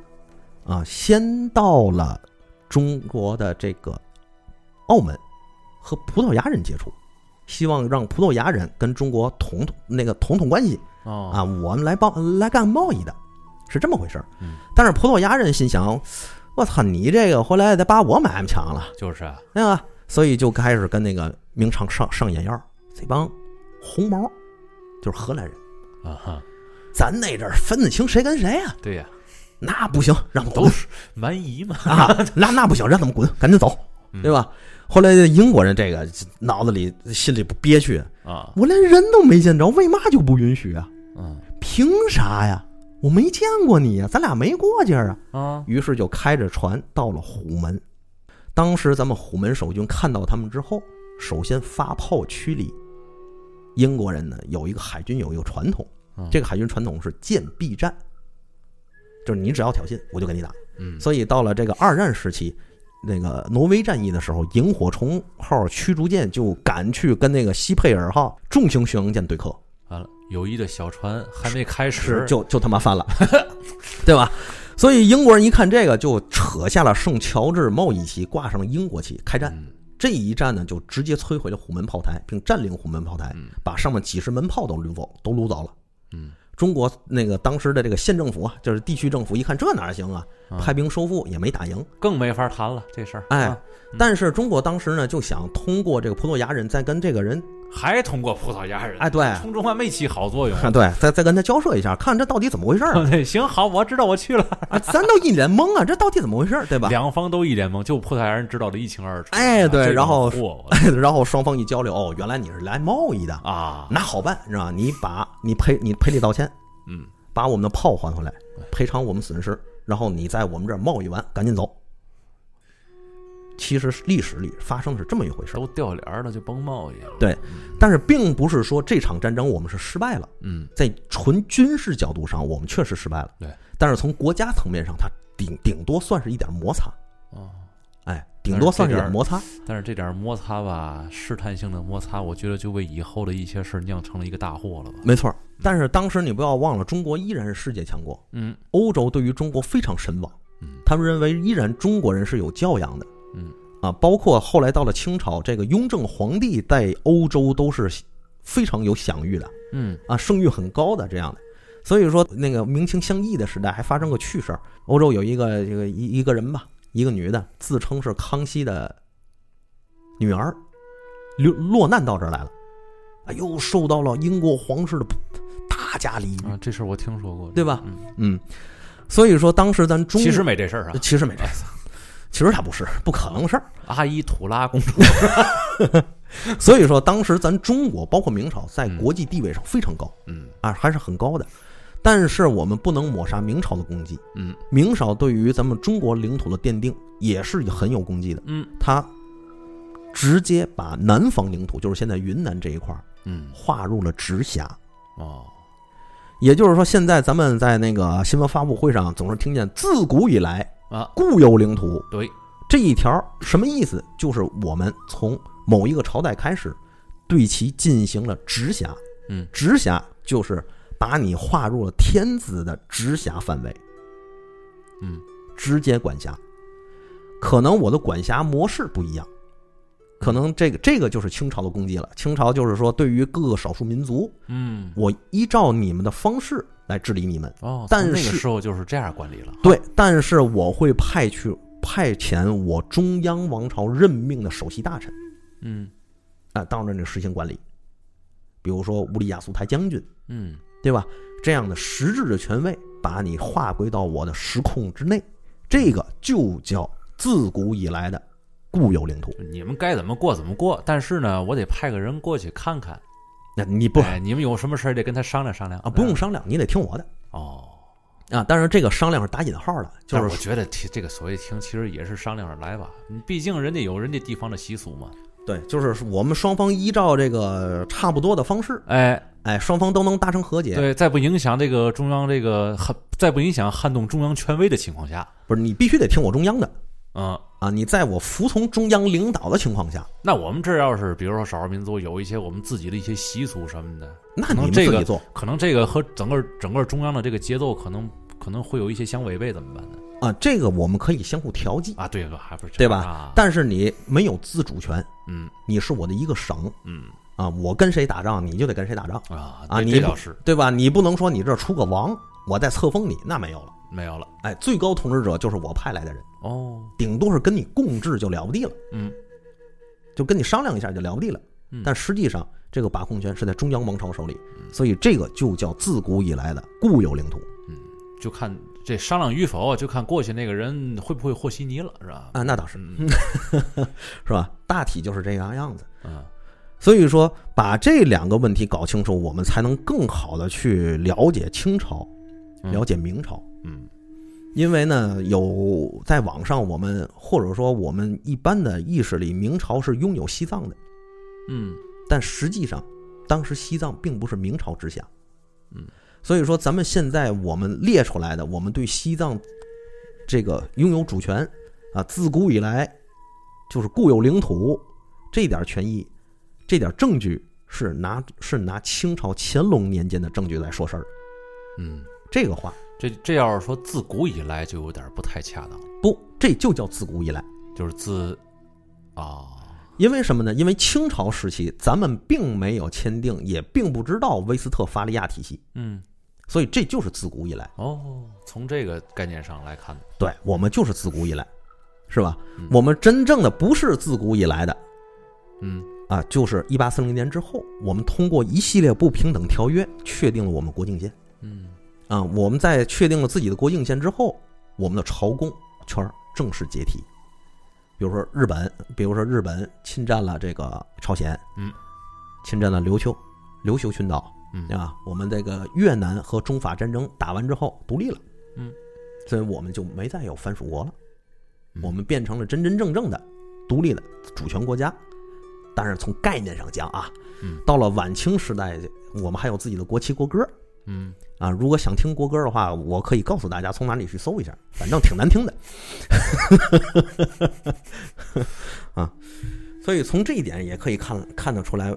Speaker 2: 啊，先到了中国的这个澳门，和葡萄牙人接触，希望让葡萄牙人跟中国统统那个统统关系
Speaker 1: 哦
Speaker 2: 啊，，我们来帮来干贸易的，是这么回事儿
Speaker 1: 嗯。
Speaker 2: 但是葡萄牙人心想，我操，你这个回来得把我买卖抢了。
Speaker 1: 就是啊，
Speaker 2: 对吧？所以就开始跟那个明朝上上眼药，这帮红毛就是荷兰人，
Speaker 1: 啊哈，
Speaker 2: 咱那阵儿分得清谁跟谁啊？
Speaker 1: 对呀，
Speaker 2: 那不行，让他们
Speaker 1: 都
Speaker 2: 滚
Speaker 1: 是蛮夷嘛，
Speaker 2: 啊！那那不行，让他们滚，赶紧走，
Speaker 1: 嗯
Speaker 2: 对吧？后来英国人这个脑子里心里不憋屈，
Speaker 1: 啊，
Speaker 2: 我连人都没见着，为嘛就不允许啊？
Speaker 1: 嗯
Speaker 2: 凭啥呀？我没见过你呀、咱俩没过节啊！
Speaker 1: 啊，
Speaker 2: 于是就开着船到了虎门。当时咱们虎门守军看到他们之后，首先发炮驱离。英国人呢有一个海军有一个传统
Speaker 1: 嗯，
Speaker 2: 这个海军传统是剑必战，就是你只要挑衅，我就给你打。
Speaker 1: 嗯，
Speaker 2: 所以到了这个二战时期，那个挪威战役的时候，萤火虫号驱逐舰就赶去跟那个西佩尔号重型巡洋舰对磕，
Speaker 1: 完了，友谊的小船还没开
Speaker 2: 是
Speaker 1: 始，
Speaker 2: 就就他妈翻了， 对吧？所以英国人一看这个，就扯下了圣乔治贸易旗，挂上了英国旗，开战。
Speaker 1: 嗯
Speaker 2: 这一战呢，就直接摧毁了虎门炮台，并占领虎门炮台
Speaker 1: 嗯，
Speaker 2: 把上面几十门炮都掳走，都掳走了。
Speaker 1: 嗯，
Speaker 2: 中国那个当时的这个县政府啊，就是地区政府，一看这哪行啊，
Speaker 1: 啊
Speaker 2: 派兵收复也没打赢。
Speaker 1: 更没法谈了这事儿，
Speaker 2: 哎
Speaker 1: 啊，
Speaker 2: 但是中国当时呢，就想通过这个葡萄牙人再跟这个人，
Speaker 1: 还通过葡萄牙人，
Speaker 2: 哎，对，哎
Speaker 1: 冲中华没起好作用。
Speaker 2: 对，再再跟他交涉一下，看这到底怎么回事儿
Speaker 1: 对，行好，我知道我去了。
Speaker 2: 啊？咱都一脸懵啊，这到底怎么回事儿，对吧？
Speaker 1: 两方都一脸懵，就葡萄牙人知道的一清二楚。啊
Speaker 2: 哎对然后
Speaker 1: 嚯
Speaker 2: 然后双方一交流，哦，原来你是来贸易的，
Speaker 1: 啊，
Speaker 2: 那好办是吧？你把你赔你赔礼道歉，
Speaker 1: 嗯哎
Speaker 2: 把我们的炮还回来，赔偿我们损失，然后你在我们这儿贸易完，赶紧走。其实历史里发生的是这么一回事儿，
Speaker 1: 都掉脸儿了，就甭贸易了。
Speaker 2: 对，但是并不是说这场战争我们是失败了，
Speaker 1: 嗯，
Speaker 2: 在纯军事角度上我们确实失败了，
Speaker 1: 对，
Speaker 2: 但是从国家层面上，它顶顶多算是一点摩擦，
Speaker 1: 哦，
Speaker 2: 哎，顶多算是一点摩擦，
Speaker 1: 但是这点摩擦吧，试探性的摩擦，我觉得就为以后的一些事儿酿成了一个大祸了吧。
Speaker 2: 没错儿。但是当时你不要忘了，中国依然是世界强国，
Speaker 1: 嗯
Speaker 2: 欧洲对于中国非常神往
Speaker 1: 嗯，
Speaker 2: 他们认为依然中国人是有教养的，
Speaker 1: 嗯
Speaker 2: 啊，包括后来到了清朝，这个雍正皇帝在欧洲都是非常有享誉的
Speaker 1: 嗯
Speaker 2: 啊，声誉很高的这样的。所以说，那个明清相异的时代还发生过趣事儿。欧洲有一个这个一一个人吧，一个女的，自称是康熙的女儿，流落难到这儿来了，哎呦，受到了英国皇室的大加礼遇，
Speaker 1: 啊，这事儿我听说过，
Speaker 2: 对吧？
Speaker 1: 嗯，
Speaker 2: 嗯，所以说当时咱中
Speaker 1: 其实没这事儿啊。
Speaker 2: 其实没这意思，其实他不是不可能的事儿。
Speaker 1: 阿依土拉公主，
Speaker 2: 所以说当时咱中国包括明朝在
Speaker 1: 嗯
Speaker 2: 国际地位上非常高
Speaker 1: 嗯
Speaker 2: 啊，还是很高的。但是我们不能抹杀明朝的功绩，
Speaker 1: 嗯
Speaker 2: 明朝对于咱们中国领土的奠定也是很有功绩的。
Speaker 1: 嗯
Speaker 2: 他直接把嗯南方领土，就是现在云南这一块儿，
Speaker 1: 嗯，
Speaker 2: 划入了直辖。
Speaker 1: 哦，
Speaker 2: 也就是说，现在咱们在那个新闻发布会上总是听见“自古以来
Speaker 1: 啊，
Speaker 2: 固有领土
Speaker 1: 对，”
Speaker 2: 这一条什么意思？就是我们从某一个朝代开始，对其进行了直辖。
Speaker 1: 嗯，
Speaker 2: 直辖就是把你划入了天子的直辖范围，
Speaker 1: 嗯，
Speaker 2: 直接管辖。可能我的管辖模式不一样，可能这个这个就是清朝的功绩了。清朝就是说，对于各个少数民族，
Speaker 1: 嗯，
Speaker 2: 我依照你们的方式来治理你们。
Speaker 1: 哦，
Speaker 2: 但
Speaker 1: 从那
Speaker 2: 是
Speaker 1: 个时候就是这样管理了，
Speaker 2: 对，但是我会派去派遣我中央王朝任命的首席大臣，
Speaker 1: 嗯
Speaker 2: 啊，到那里实行管理。比如说乌里雅速台将军，
Speaker 1: 嗯
Speaker 2: 对吧？这样的实质的权威，把你划归到我的实控之内，这个就叫自古以来的固有领土。
Speaker 1: 你们该怎么过怎么过，但是呢，我得派个人过去看看，
Speaker 2: 那你不
Speaker 1: 哎，你哎们有什么事儿得跟他商量商量
Speaker 2: 啊，不用商量，你得听我的
Speaker 1: 哦。
Speaker 2: 啊。当然，这个商量是打引号的，就
Speaker 1: 但
Speaker 2: 是
Speaker 1: 我
Speaker 2: 说
Speaker 1: 觉得听这个所谓听，其实也是商量着来吧，你毕竟人家有人家地方的习俗嘛，
Speaker 2: 对，就是我们双方依照这个差不多的方式，
Speaker 1: 哎，
Speaker 2: 哎，双方都能达成和解。
Speaker 1: 对，在不影响这个中央这个撼，在不影响撼动中央权威的情况下，
Speaker 2: 不是，你必须得听我中央的
Speaker 1: 嗯，
Speaker 2: 啊！你在我服从中央领导的情况下，
Speaker 1: 那我们这要是比如说少数民族有一些我们自己的一些习俗什么的，
Speaker 2: 那
Speaker 1: 可
Speaker 2: 你
Speaker 1: 能
Speaker 2: 们
Speaker 1: 这
Speaker 2: 自己
Speaker 1: 个
Speaker 2: 做
Speaker 1: 可能这个和整个整个中央的这个节奏可能可能会有一些相违背，怎么办呢？
Speaker 2: 啊，这个我们可以相互调剂，
Speaker 1: 啊，对个还不是这
Speaker 2: 对
Speaker 1: 样
Speaker 2: 吧
Speaker 1: 啊？、
Speaker 2: 但是你没有自主权，
Speaker 1: 嗯
Speaker 2: 你是我的一个省
Speaker 1: 嗯
Speaker 2: 啊，我跟谁打仗你就得跟谁打仗，
Speaker 1: 啊
Speaker 2: 啊
Speaker 1: 这
Speaker 2: 你
Speaker 1: 这
Speaker 2: 不
Speaker 1: 倒是
Speaker 2: 对吧？你不能说你这儿出个王，我再册封你，那没有了。
Speaker 1: 没有了
Speaker 2: 哎，最高统治者就是我派来的人，
Speaker 1: 哦，
Speaker 2: 顶多是跟你共治就了不地了，
Speaker 1: 嗯
Speaker 2: 就跟你商量一下就了不地了
Speaker 1: 嗯。
Speaker 2: 但实际上，这个把控权是在中央王朝手里，所以这个就叫自古以来的固有领土
Speaker 1: 嗯，就看这商量与否，就看过去那个人会不会和稀泥了，是吧？
Speaker 2: 啊。那倒是，
Speaker 1: 嗯
Speaker 2: 是吧？大体就是这样样子。
Speaker 1: 嗯
Speaker 2: 所以说，把这两个问题搞清楚，我们才能更好的去了解清朝，
Speaker 1: 嗯
Speaker 2: 了解明朝。
Speaker 1: 嗯
Speaker 2: 因为呢，有在网上我们或者说我们一般的意识里，明朝是拥有西藏的，
Speaker 1: 嗯
Speaker 2: 但实际上，当时西藏并不是明朝之下。
Speaker 1: 嗯，
Speaker 2: 所以说咱们现在我们列出来的，我们对西藏这个拥有主权啊，自古以来就是固有领土这点权益，这点证据是拿是拿清朝乾隆年间的证据来说事儿。
Speaker 1: 嗯，
Speaker 2: 这个话
Speaker 1: 这这要是说自古以来就有点不太恰当了，
Speaker 2: 不，这就叫自古以来。
Speaker 1: 就是自啊。
Speaker 2: 因为什么呢？因为清朝时期咱们并没有签订，也并不知道威斯特伐利亚体系，
Speaker 1: 嗯，
Speaker 2: 所以这就是自古以来。
Speaker 1: 哦，从这个概念上来看，
Speaker 2: 对我们就是自古以来，是吧
Speaker 1: 嗯？
Speaker 2: 我们真正的不是自古以来的
Speaker 1: 嗯
Speaker 2: 啊，就是一八四零年之后，我们通过一系列不平等条约确定了我们国境线
Speaker 1: 嗯
Speaker 2: 啊。我们在确定了自己的国境线之后，我们的朝贡圈儿正式解体。比如说日本，比如说日本侵占了这个朝鲜，
Speaker 1: 嗯，
Speaker 2: 侵占了琉球、琉球群岛，
Speaker 1: 嗯
Speaker 2: 啊，我们这个越南和中法战争打完之后独立了，
Speaker 1: 嗯，
Speaker 2: 所以我们就没再有藩属国了，
Speaker 1: 嗯
Speaker 2: 我们变成了真真正正的独立的主权国家。但是从概念上讲啊，
Speaker 1: 嗯
Speaker 2: 到了晚清时代，我们还有自己的国旗国歌
Speaker 1: 嗯，
Speaker 2: 啊。如果想听国歌的话，我可以告诉大家从哪里去搜一下，反正挺难听的。 啊，所以从这一点也可以看看得出来，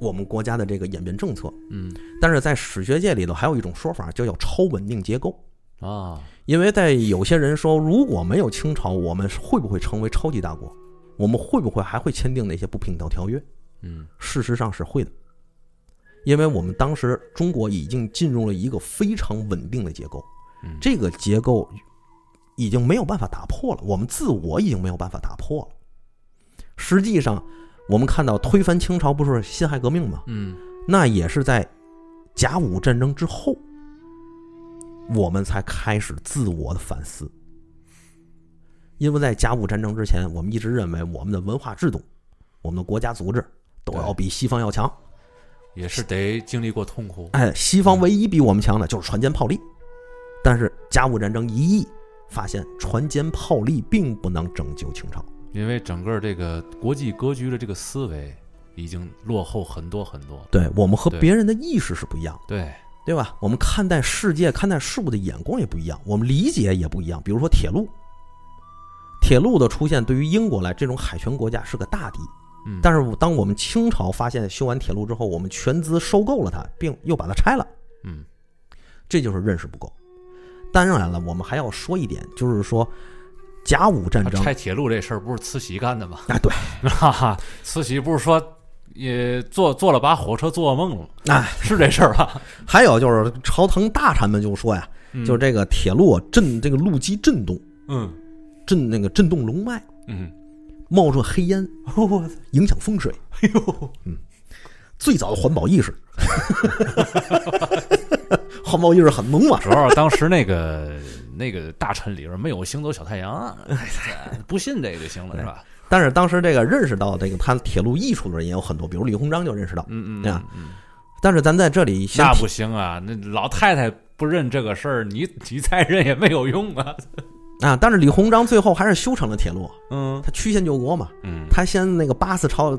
Speaker 2: 我们国家的这个演变政策
Speaker 1: 嗯
Speaker 2: 但是在史学界里头还有一种说法，就叫超稳定结构。
Speaker 1: 啊，
Speaker 2: 因为在有些人说，如果没有清朝，我们会不会成为超级大国？我们会不会还会签订那些不平等条约？
Speaker 1: 嗯
Speaker 2: 事实上是会的，因为我们当时中国已经进入了一个非常稳定的结构
Speaker 1: 嗯，
Speaker 2: 这个结构已经没有办法打破了，我们自我已经没有办法打破了。实际上，我们看到推翻清朝不是辛亥革命吗？
Speaker 1: 嗯
Speaker 2: 那也是在甲午战争之后，我们才开始自我的反思。因为在甲午战争之前，我们一直认为我们的文化制度、我们的国家组织都要比西方要强。
Speaker 1: 也是得经历过痛苦，
Speaker 2: 哎，西
Speaker 1: 嗯
Speaker 2: 方唯一比我们强的就是船坚炮利。但是甲午战争一役，发现船坚炮利并不能拯救清朝。
Speaker 1: 因为整个这个国际格局的这个思维已经落后很多很多了。
Speaker 2: 对我们和
Speaker 1: 对
Speaker 2: 别人的意识是不一样的。
Speaker 1: 对，
Speaker 2: 对吧？我们看待世界、看待事物的眼光也不一样，我们理解也不一样。比如说铁路，铁路的出现对于英国来这种海权国家是个大敌，
Speaker 1: 嗯，
Speaker 2: 但
Speaker 1: 是
Speaker 2: 是当我们清朝发现修完铁路之后，我们全资收购了它，并又把它拆了，
Speaker 1: 嗯
Speaker 2: 这就是认识不够。当然了，我们还要说一点，就是说甲午战
Speaker 1: 他
Speaker 2: 争
Speaker 1: 啊拆铁路这事儿不是慈禧干的吗？
Speaker 2: 啊，对，
Speaker 1: 哈哈，慈禧不是说也坐坐了把火车做噩梦了吗？
Speaker 2: 哎，
Speaker 1: 是这事儿 吧？
Speaker 2: 还有就是朝堂大臣们就说呀，就是这个铁路啊震这个路基震动，
Speaker 1: 嗯
Speaker 2: 震那个震动龙脉，
Speaker 1: 嗯，
Speaker 2: 冒出黑烟，影响风水。嗯
Speaker 1: 哎呦，
Speaker 2: 最早的环保意识， 环保意识很浓嘛。
Speaker 1: 主要是当时那个那个大臣里边没有行走小太阳啊，
Speaker 2: 哎
Speaker 1: 不信这个就行了是吧？
Speaker 2: 但是当时这个认识到这个他铁路艺术的人也有很多，比如李鸿章就认识到。
Speaker 1: 嗯嗯
Speaker 2: 啊
Speaker 1: 嗯嗯，
Speaker 2: 但是咱在这里先
Speaker 1: 那
Speaker 2: 提
Speaker 1: 不行啊，那老太太不认这个事儿，你你再认也没有用啊。
Speaker 2: 啊，但是李鸿章最后还是修成了铁路，
Speaker 1: 嗯
Speaker 2: 他曲线救国嘛，
Speaker 1: 嗯
Speaker 2: 他先那个八次朝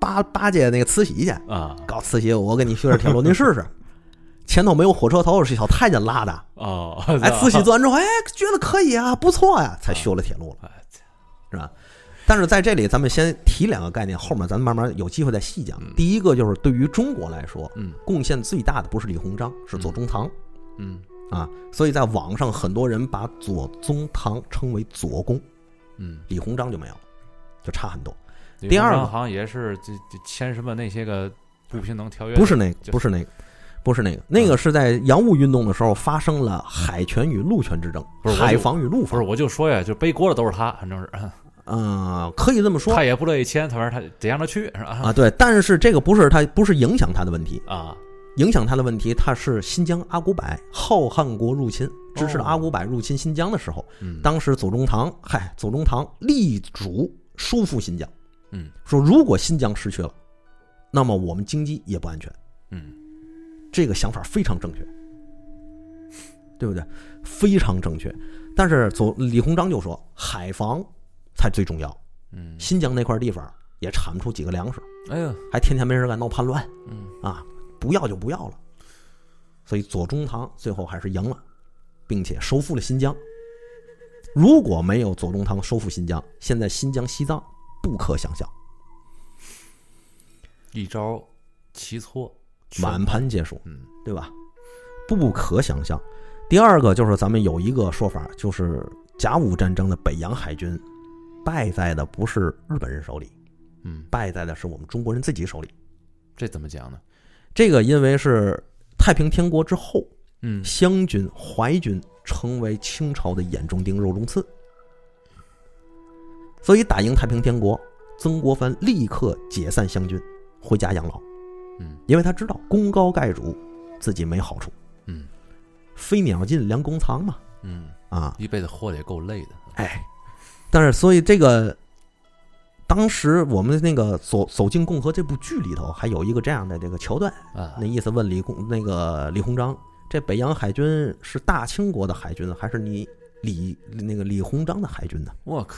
Speaker 2: 八八届那个慈禧去，
Speaker 1: 啊
Speaker 2: 搞慈禧，我给你修点铁路，您 试试。前头没有火车头，是小太监拉的。
Speaker 1: 哦，
Speaker 2: 哎，慈禧做完之后，哎，觉得可以啊，不错呀、才修了铁路了。
Speaker 1: 哎
Speaker 2: 是吧？但是在这里，咱们先提两个概念，后面咱们慢慢有机会再细讲。第一个就是对于中国来说，
Speaker 1: 嗯
Speaker 2: 贡献最大的不是李鸿章，是左宗棠、
Speaker 1: 嗯
Speaker 2: 啊。所以在网上很多人把左宗棠称为左公，
Speaker 1: 嗯，
Speaker 2: 李鸿章就没有，就差很多。
Speaker 1: 李
Speaker 2: 第
Speaker 1: 鸿
Speaker 2: 二
Speaker 1: 章
Speaker 2: 个
Speaker 1: 好像也是这这签什么那些个不平等条约，
Speaker 2: 不是那
Speaker 1: 就嗯
Speaker 2: 个，不是那个，不是那个，那个是在洋务运动的时候发生了海权与陆权之争，
Speaker 1: 不是我就
Speaker 2: 海防与陆
Speaker 1: 不是，
Speaker 2: 防。
Speaker 1: 我就说呀，就背锅的都是他，反正是
Speaker 2: 嗯，可以这么说
Speaker 1: 他也不乐意签，他反正他得让他去是吧？
Speaker 2: 啊。对，但是这个不是他，不是影响他的问题，
Speaker 1: 啊，
Speaker 2: 影响他的问题，他是新疆阿古柏浩汉国入侵，支持了阿古柏入侵新疆的时候，
Speaker 1: 嗯，
Speaker 2: 当时左宗棠，嗨，左宗棠力主收复新疆，
Speaker 1: 嗯
Speaker 2: 说如果新疆失去了，那么我们经济也不安全。
Speaker 1: 嗯
Speaker 2: 这个想法非常正确，对不对？非常正确。但是左李鸿章就说，海防才最重要，
Speaker 1: 嗯，
Speaker 2: 新疆那块地方也产不出几个粮食，
Speaker 1: 哎呦，
Speaker 2: 还天天没人干闹叛乱，
Speaker 1: 嗯
Speaker 2: 啊，不要就不要了。所以左宗棠最后还是赢了，并且收复了新疆。如果没有左宗棠收复新疆，现在新疆、西藏不可想象，
Speaker 1: 一招棋搓，
Speaker 2: 满盘皆输，
Speaker 1: 嗯
Speaker 2: 对吧？不可想象。第二个就是咱们有一个说法，就是甲午战争的北洋海军败在的不是日本人手里，
Speaker 1: 嗯，
Speaker 2: 败在的是我们中国人自己手里。
Speaker 1: 这怎么讲呢？
Speaker 2: 这个因为是太平天国之后，
Speaker 1: 嗯
Speaker 2: 湘军、淮军成为清朝的眼中钉、肉中刺。所以打赢太平天国，曾国藩立刻解散湘军，回家养老，
Speaker 1: 嗯
Speaker 2: 因为他知道功高盖主，自己没好处。
Speaker 1: 嗯，
Speaker 2: 飞鸟尽，良弓藏嘛，
Speaker 1: 嗯，
Speaker 2: 啊，
Speaker 1: 一辈子活得也够累的，
Speaker 2: 哎，但是所以这个，当时我们那个走走进共和这部剧里头，还有一个这样的这个桥段，
Speaker 1: 啊
Speaker 2: 那，意思问李鸿那个李鸿章，这北洋海军是大清国的海军，还是你李那个李鸿章的海军呢？
Speaker 1: 我靠，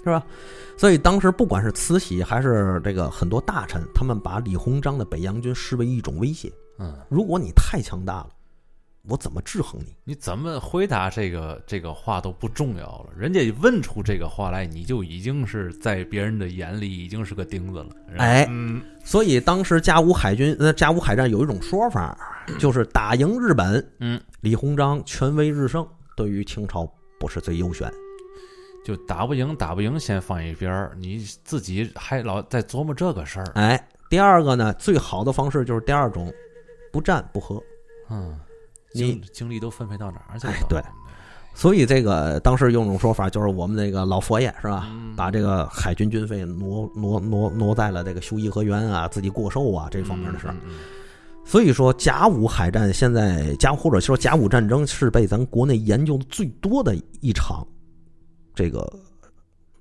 Speaker 2: 是吧？所以当时不管是慈禧还是这个很多大臣，他们把李鸿章的北洋军视为一种威胁。
Speaker 1: 嗯，
Speaker 2: 如果你太强大了，我怎么制衡你？
Speaker 1: 你怎么回答这个这个话都不重要了，人家问出这个话来，你就已经是在别人的眼里已经是个钉子了，然后
Speaker 2: 哎
Speaker 1: 嗯
Speaker 2: 所以当时甲午海军呃甲午海战有一种说法，就是打赢日本，
Speaker 1: 嗯，
Speaker 2: 李鸿章权威日盛，对于清朝不是最优选。
Speaker 1: 就打不赢打不赢先放一边儿，你自己还老在琢磨这个事儿，
Speaker 2: 哎，第二个呢，最好的方式就是第二种，不战不和。
Speaker 1: 嗯，
Speaker 2: 你
Speaker 1: 精精力都分配到哪儿去了
Speaker 2: 哎
Speaker 1: 都？
Speaker 2: 对所以这个当时有种说法，就是我们那个老佛爷是吧，
Speaker 1: 嗯
Speaker 2: 把这个海军军费挪挪挪挪在了这个修颐和园啊、自己过寿啊这
Speaker 1: 这
Speaker 2: 方面的事儿。，
Speaker 1: 嗯
Speaker 2: 所以说，甲午海战现在甲或者说甲午战争是被咱国内研究的最多的一场这个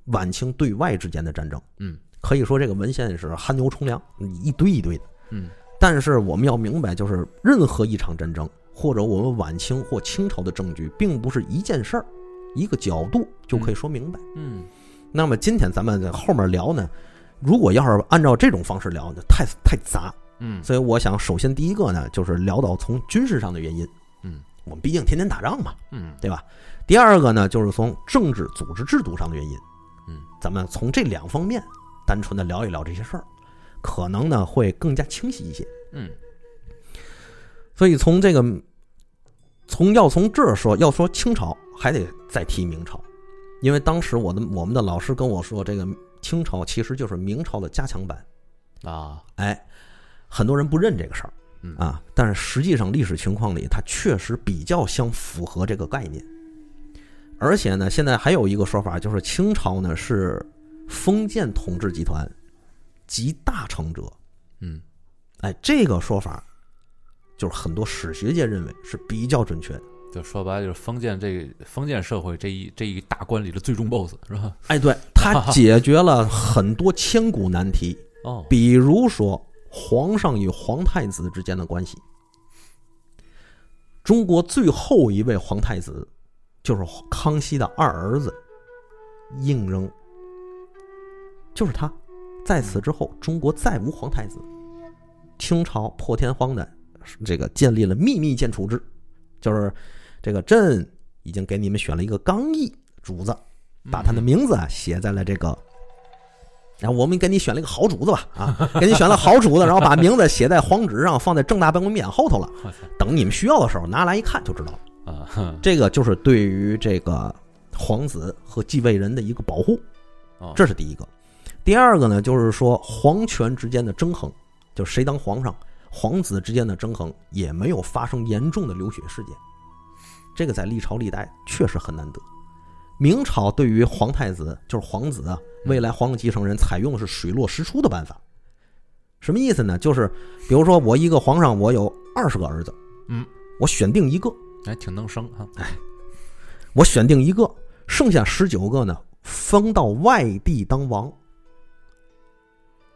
Speaker 2: 晚清对外之间的战争。
Speaker 1: 嗯，
Speaker 2: 可以说这个文献是汗牛充量，一堆一堆的。
Speaker 1: 嗯
Speaker 2: 但是我们要明白，就是任何一场战争，或者我们晚清或清朝的政局，并不是一件事儿、一个角度就可以说明白。
Speaker 1: 嗯
Speaker 2: 那么今天咱们在后面聊呢，如果要是按照这种方式聊呢，太太杂，
Speaker 1: 嗯嗯
Speaker 2: 所以我想，首先第一个呢，就是聊到从军事上的原因。
Speaker 1: 嗯，
Speaker 2: 我们毕竟天天打仗嘛，
Speaker 1: 嗯
Speaker 2: 对吧？第二个呢，就是从政治组织制度上的原因。
Speaker 1: 嗯，
Speaker 2: 咱们从这两方面单纯的聊一聊这些事儿，可能呢会更加清晰一些。
Speaker 1: 嗯
Speaker 2: 所以从这个，从要从这儿说，要说清朝，还得再提明朝，因为当时我的我们的老师跟我说，这个清朝其实就是明朝的加强版。
Speaker 1: 啊
Speaker 2: 哎，很多人不认这个事儿
Speaker 1: 嗯
Speaker 2: 啊，但是实际上历史情况里，它确实比较相符合这个概念。而且呢，现在还有一个说法，就是清朝呢是封建统治集团集大成者。
Speaker 1: 嗯
Speaker 2: 哎，这个说法就是很多史学界认为是比较准确的。
Speaker 1: 就说白了就是封建这个封建社会这一这一大关里的最终 BOSS 是吧？
Speaker 2: 哎，对，它解决了很多千古难题，
Speaker 1: 哦，
Speaker 2: 比如说皇上与皇太子之间的关系。中国最后一位皇太子就是康熙的二儿子胤禛，就是他。在此之后，中国再无皇太子。清朝破天荒的这个建立了秘密建储制，就是这个朕已经给你们选了一个刚毅主子，把
Speaker 1: 嗯
Speaker 2: 他的名字啊写在了这个。然后我们给你选了一个好主子吧，啊，给你选了好主子，然后把名字写在黄纸上，放在正大光明眼后头了。
Speaker 1: 我操
Speaker 2: 等你们需要的时候拿来一看就知道了。
Speaker 1: 啊哼
Speaker 2: 这个就是对于这个皇子和继位人的一个保护
Speaker 1: 哦，
Speaker 2: 这是第一个。第二个呢，就是说皇权之间的争衡，就谁当皇上，皇子之间的争衡也没有发生严重的流血事件，这个在历朝历代确实很难得。明朝对于皇太子，就是皇子啊，未来皇位继承人采用的是水落石出的办法，什么意思呢？就是比如说我一个皇上，我有二十个儿子，
Speaker 1: 嗯，
Speaker 2: 我选定一个，
Speaker 1: 还挺能生哈，
Speaker 2: 我选定一个，剩下十九个呢，封到外地当王。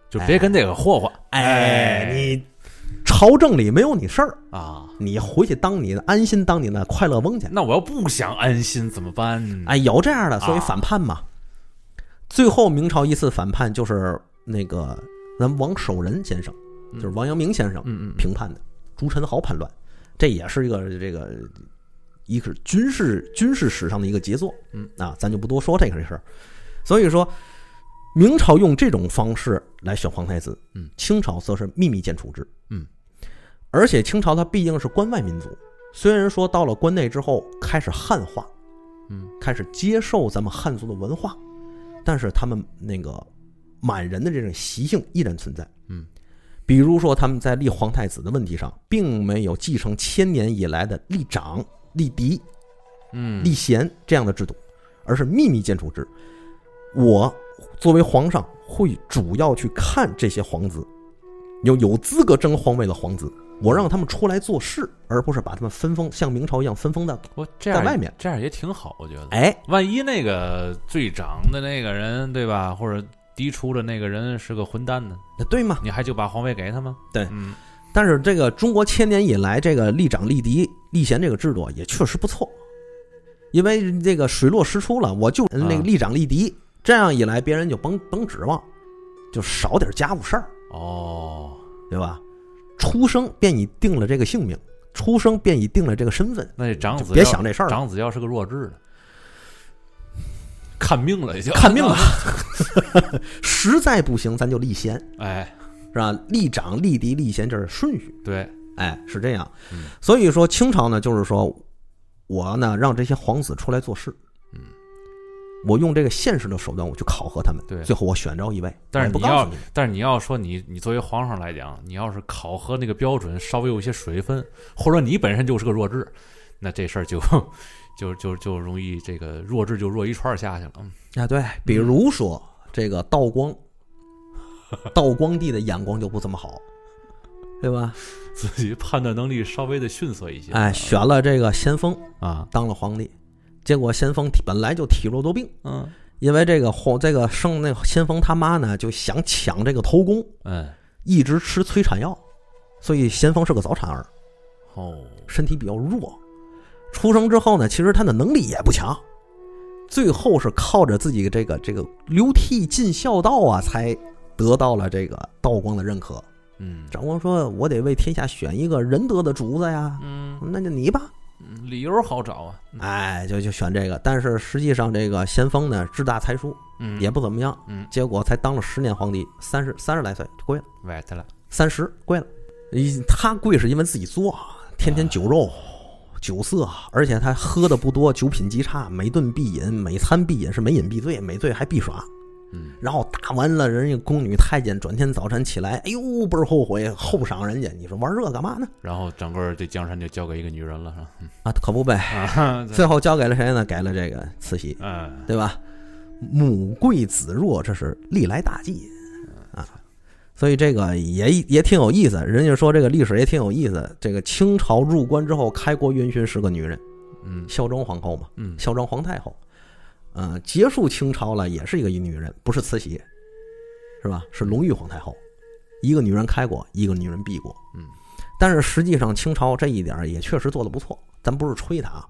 Speaker 1: 就别跟这个霍霍哎
Speaker 2: 你朝政里没有你事儿，
Speaker 1: 啊。
Speaker 2: 你回去当你的安心当你的快乐翁去。
Speaker 1: 那我要不想安心怎么办？
Speaker 2: 哎，有这样的，所以
Speaker 1: 嗯啊
Speaker 2: 反叛嘛。最后明朝一次反叛就是那个咱王守仁先生，
Speaker 1: 嗯
Speaker 2: 就是王阳明先生
Speaker 1: 嗯嗯嗯
Speaker 2: 评判的朱宸濠叛乱，这也是一个这个一个军事军事史上的一个杰作。
Speaker 1: 嗯
Speaker 2: 啊，咱就不多说这个事儿。所以说，明朝用这种方式来选皇太子，
Speaker 1: 嗯，
Speaker 2: 清朝则是秘密建储制，
Speaker 1: 嗯，
Speaker 2: 而且清朝它毕竟是关外民族，虽然说到了关内之后开始汉化，
Speaker 1: 嗯，
Speaker 2: 开始接受咱们汉族的文化，但是他们那个满人的这种习性依然存在。
Speaker 1: 嗯，
Speaker 2: 比如说他们在立皇太子的问题上，并没有继承千年以来的立长、立嫡、
Speaker 1: 嗯
Speaker 2: 立贤这样的制度，而是秘密建储制。我作为皇上，会主要去看这些皇子，有有资格争皇位的皇子，我让他们出来做事，而不是把他们分封，像明朝一样分封的。
Speaker 1: 我这样
Speaker 2: 在外面
Speaker 1: 这样也挺好，我觉得。
Speaker 2: 哎，
Speaker 1: 万一那个最长的那个人，对吧？或者嫡出的那个人是个混蛋呢？
Speaker 2: 那对吗？
Speaker 1: 你还就把皇位给他吗？嗯
Speaker 2: 但是这个中国千年以来这个立长立嫡立贤这个制度也确实不错，因为这个水落石出了，我就那个立长立嫡，这样一来别人就甭甭指望，就少点家务事儿，
Speaker 1: 哦，
Speaker 2: 对吧？出生便已定了这个姓名，出生便已定了这个身份，
Speaker 1: 那这长子
Speaker 2: 别
Speaker 1: 要
Speaker 2: 想这事儿了，
Speaker 1: 长子要是个弱智呢，看命了已经，
Speaker 2: 看命吧。实在不行，咱就立贤，
Speaker 1: 哎，
Speaker 2: 是吧？立长立嫡立贤这是顺序。
Speaker 1: 对，
Speaker 2: 哎，是这样
Speaker 1: 嗯。
Speaker 2: 所以说清朝呢，就是说我呢让这些皇子出来做事，
Speaker 1: 嗯，
Speaker 2: 我用这个现实的手段，我去考核他们，
Speaker 1: 对
Speaker 2: 最后我选着一位，
Speaker 1: 但是
Speaker 2: 我也不
Speaker 1: 你
Speaker 2: 告
Speaker 1: 要
Speaker 2: 诉你，
Speaker 1: 但是你要说你，你作为皇上来讲，你要是考核那个标准稍微有一些水分，或者你本身就是个弱智，那这事儿就 就就就容易这个弱智就弱一串儿下去了。嗯
Speaker 2: 啊，对，比如说这个道光，道光帝的眼光就不怎么好，对吧？
Speaker 1: 自己判断能力稍微的逊色一些。
Speaker 2: 哎，选了这个咸丰
Speaker 1: 啊，
Speaker 2: 当了皇帝，结果咸丰体本来就体弱多病。
Speaker 1: 嗯
Speaker 2: 因为这个皇这个生那个咸丰他妈呢，就想抢这个头功，
Speaker 1: 嗯
Speaker 2: 一直吃催产药，所以咸丰是个早产儿，
Speaker 1: 哦，
Speaker 2: 身体比较弱。出生之后呢，其实他的能力也不强，最后是靠着自己这个这个流涕尽孝道啊，才得到了这个道光的认可，
Speaker 1: 嗯
Speaker 2: 赵光说：“我得为天下选一个仁德的主子呀，
Speaker 1: 嗯，
Speaker 2: 那就你吧。
Speaker 1: 嗯理由好找啊，”
Speaker 2: 哎，就就选这个。但是实际上，这个咸丰呢，志大才疏，
Speaker 1: 嗯，
Speaker 2: 也不怎么样。
Speaker 1: 嗯，
Speaker 2: 结果才当了十年皇帝，三十三十来岁就跪了，
Speaker 1: 歪他了，
Speaker 2: 三十跪了。一他跪是因为自己作，啊天天酒肉、酒色，啊而且他喝的不多，酒品极差，每顿必饮，每餐必饮，是每饮必醉，每醉还必耍。
Speaker 1: 嗯
Speaker 2: 然后打完了，人家宫女太监转天早晨起来，哎呦倍儿后悔，厚赏人家。你说玩这干嘛呢？
Speaker 1: 然后整个这江山就交给一个女人了，是吧？
Speaker 2: 啊，可不呗。
Speaker 1: 啊，这
Speaker 2: 最后交给了谁呢？给了这个慈禧，
Speaker 1: 嗯，
Speaker 2: 对吧？母贵子弱，这是历来大忌啊。所以这个也也挺有意思，人家说这个历史也挺有意思。这个清朝入关之后，开国元勋是个女人，
Speaker 1: 嗯
Speaker 2: 孝庄皇后嘛，
Speaker 1: 嗯
Speaker 2: 孝庄皇太后。嗯、结束清朝了，也是一个女人，不是慈禧，是吧？是隆裕皇太后，一个女人开国，一个女人闭国。
Speaker 1: 嗯
Speaker 2: 但是实际上，清朝这一点儿也确实做得不错，咱不是吹他啊，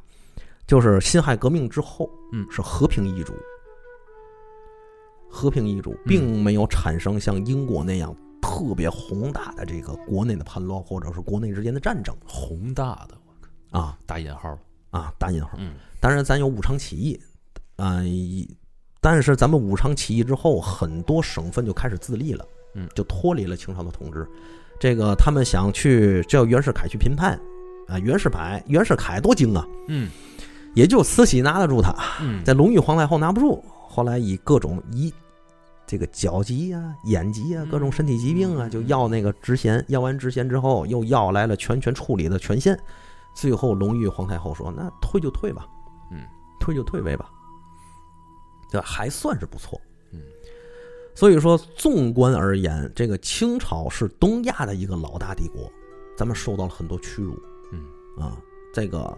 Speaker 2: 就是辛亥革命之后，
Speaker 1: 嗯
Speaker 2: 是和平易主，和平易
Speaker 1: 嗯
Speaker 2: 主，并没有产生像英国那样特别宏大的这个国内的叛乱或者是国内之间的战争
Speaker 1: 宏大的
Speaker 2: 啊
Speaker 1: 打引号，
Speaker 2: 啊，打引号。
Speaker 1: 嗯
Speaker 2: 当然，咱有武昌起义，啊、一但是咱们武昌起义之后，很多省份就开始自立了，
Speaker 1: 嗯，
Speaker 2: 就脱离了清朝的统治。这个他们想去叫袁世凯去评判，啊，袁世凯，袁世凯多精啊，
Speaker 1: 嗯
Speaker 2: 也就慈禧拿得住他，
Speaker 1: 嗯
Speaker 2: 在隆裕皇太后拿不住。后来以各种以这个脚疾啊、眼疾啊、
Speaker 1: 嗯
Speaker 2: 各种身体疾病啊，
Speaker 1: 嗯
Speaker 2: 就要那个职衔。要完职衔之后，又要来了全权处理的权限。最后，隆裕皇太后说：“那退就退吧，
Speaker 1: 嗯，
Speaker 2: 退就退位吧。”这还算是不错。
Speaker 1: 嗯，
Speaker 2: 所以说，纵观而言，这个清朝是东亚的一个老大帝国，咱们受到了很多屈辱。
Speaker 1: 嗯
Speaker 2: 啊，这个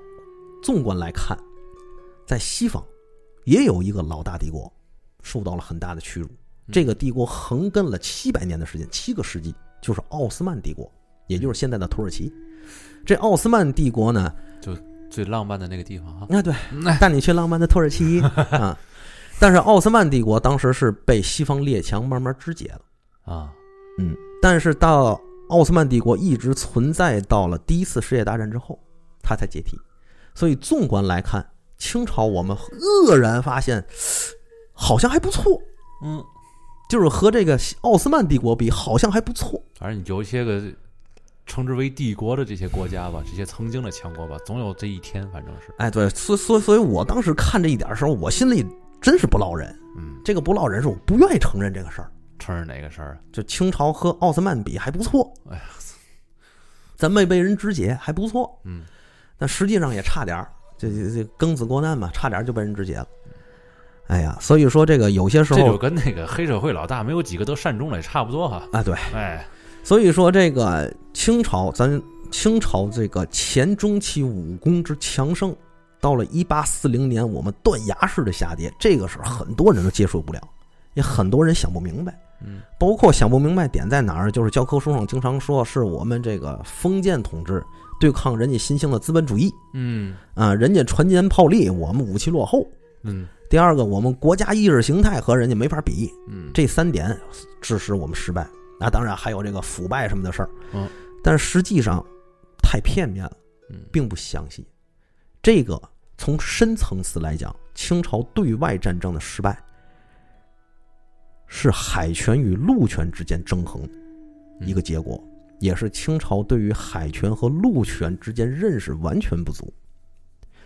Speaker 2: 纵观来看，在西方也有一个老大帝国受到了很大的屈辱。这个帝国横亘了七百年的时间，七个世纪，就是奥斯曼帝国，也就是现在的土耳其。这奥斯曼帝国呢，
Speaker 1: 最浪漫的那个地方啊，
Speaker 2: 那对，
Speaker 1: 那
Speaker 2: 带你去浪漫的土耳其啊。但是奥斯曼帝国当时是被西方列强慢慢肢解了，
Speaker 1: 啊，
Speaker 2: 但是到奥斯曼帝国一直存在到了第一次世界大战之后，它才解体。所以纵观来看，清朝我们愕然发现，好像还不错，
Speaker 1: 嗯，
Speaker 2: 就是和这个奥斯曼帝国比，好像还不错。
Speaker 1: 反正有一些个称之为帝国的这些国家吧，这些曾经的强国吧，总有这一天，反正是，
Speaker 2: 哎，对，所所以所以 我当时看这一点的时候，我心里真是不落忍。
Speaker 1: 嗯，
Speaker 2: 这个不落忍是我不愿意承认这个事儿。
Speaker 1: 承认哪个事儿啊？
Speaker 2: 就清朝和奥斯曼比还不错，
Speaker 1: 哎呀，
Speaker 2: 咱没被人肢解还不错，
Speaker 1: 嗯
Speaker 2: 但实际上也差点儿，这这这庚子国难嘛，差点儿就被人肢解了。哎呀，所以说这个有些时
Speaker 1: 这就
Speaker 2: 候
Speaker 1: 跟那个黑社会老大没有几个得善终了也差不多哈。
Speaker 2: 啊，对，
Speaker 1: 哎，
Speaker 2: 所以说这个清朝，咱清朝这个前中期武功之强盛，到了一八四零年，我们断崖式的下跌，这个是很多人都接受不了，也很多人想不明白。
Speaker 1: 嗯，
Speaker 2: 包括想不明白点在哪儿，就是教科书上经常说是我们这个封建统治对抗人家新兴的资本主义
Speaker 1: 嗯
Speaker 2: 啊，人家船坚炮利，我们武器落后。
Speaker 1: 嗯
Speaker 2: 第二个，我们国家意识形态和人家没法比，
Speaker 1: 嗯，
Speaker 2: 这三点致使我们失败。那、当然还有这个腐败什么的事儿，
Speaker 1: 嗯，
Speaker 2: 但实际上太片面了，
Speaker 1: 嗯
Speaker 2: 并不详细。这个从深层次来讲，清朝对外战争的失败是海权与陆权之间争衡的
Speaker 1: 嗯
Speaker 2: 一个结果，也是清朝对于海权和陆权之间认识完全不足。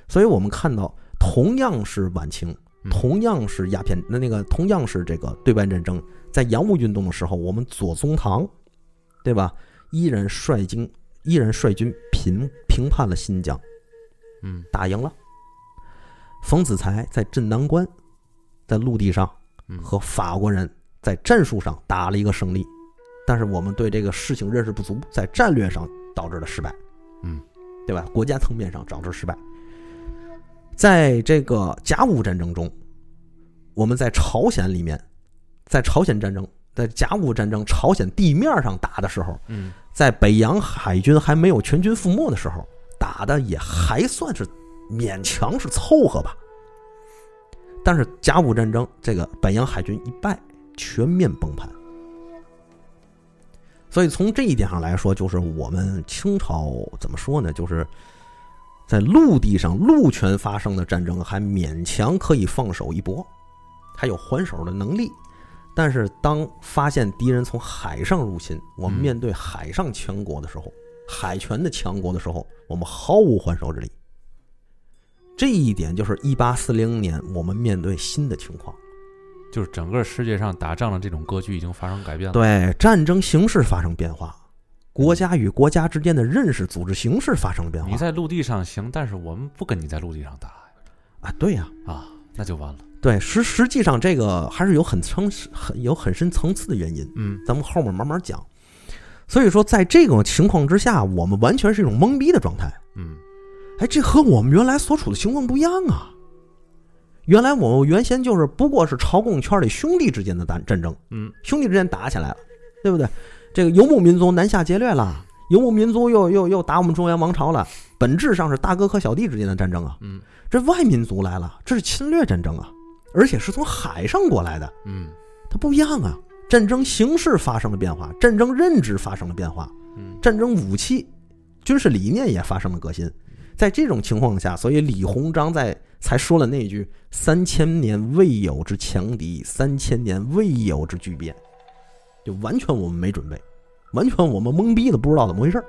Speaker 2: 所以我们看到，同样是晚清，
Speaker 1: 嗯
Speaker 2: 同样是鸦片，那那个同样是这个对外战争，在洋务运动的时候，我们左宗棠，对吧？依然率军，依然率军平平叛了新疆，
Speaker 1: 嗯
Speaker 2: 打赢了。冯子材在镇南关，在陆地上
Speaker 1: 嗯
Speaker 2: 和法国人在战术上打了一个胜利，但是我们对这个事情认识不足，在战略上导致了失败，
Speaker 1: 嗯，
Speaker 2: 对吧？国家层面上导致失败。在这个甲午战争中，我们在朝鲜里面，在朝鲜战争，在甲午战争朝鲜地面上打的时候，
Speaker 1: 嗯
Speaker 2: 在北洋海军还没有全军覆没的时候，打的也还算是勉强是凑合吧。但是甲午战争，这个北洋海军一败，全面崩盘。所以从这一点上来说，就是我们清朝怎么说呢？就是在陆地上陆权发生的战争还勉强可以放手一搏，还有还手的能力。但是当发现敌人从海上入侵，我们
Speaker 1: 嗯
Speaker 2: 面对海上强国的时候，海权的强国的时候，我们毫无还手之力。这一点就是一八四零年我们面对新的情况，
Speaker 1: 就是整个世界上打仗的这种格局已经发生改变了。
Speaker 2: 对战争形势发生变化，国家与国家之间的认识、组织形式发生变
Speaker 1: 你
Speaker 2: 化
Speaker 1: 在陆地上行，但是我们不跟你在陆地上打呀
Speaker 2: 啊，对呀、
Speaker 1: 啊，那就完了。
Speaker 2: 对实实际上这个还是有很层很有很深层次的原因。
Speaker 1: 嗯
Speaker 2: 咱们后面慢慢讲。所以说，在这种情况之下，我们完全是一种懵逼的状态。
Speaker 1: 嗯，
Speaker 2: 哎，这和我们原来所处的情况不一样啊！原来我们原先就是不过是朝贡圈里兄弟之间的战战争，
Speaker 1: 嗯，
Speaker 2: 兄弟之间打起来了，对不对？这个游牧民族南下劫掠了，游牧民族又又又打我们中原王朝了，本质上是大哥和小弟之间的战争啊。
Speaker 1: 嗯，
Speaker 2: 这外民族来了，这是侵略战争啊，而且是从海上过来的，
Speaker 1: 嗯
Speaker 2: 它不一样啊！战争形势发生了变化，战争认知发生了变化，
Speaker 1: 嗯
Speaker 2: 战争武器、军事理念也发生了革新。在这种情况下，所以李鸿章在才说了那句“三千年未有之强敌，三千年未有之巨变”，就完全我们没准备，完全我们懵逼的不知道怎么回事儿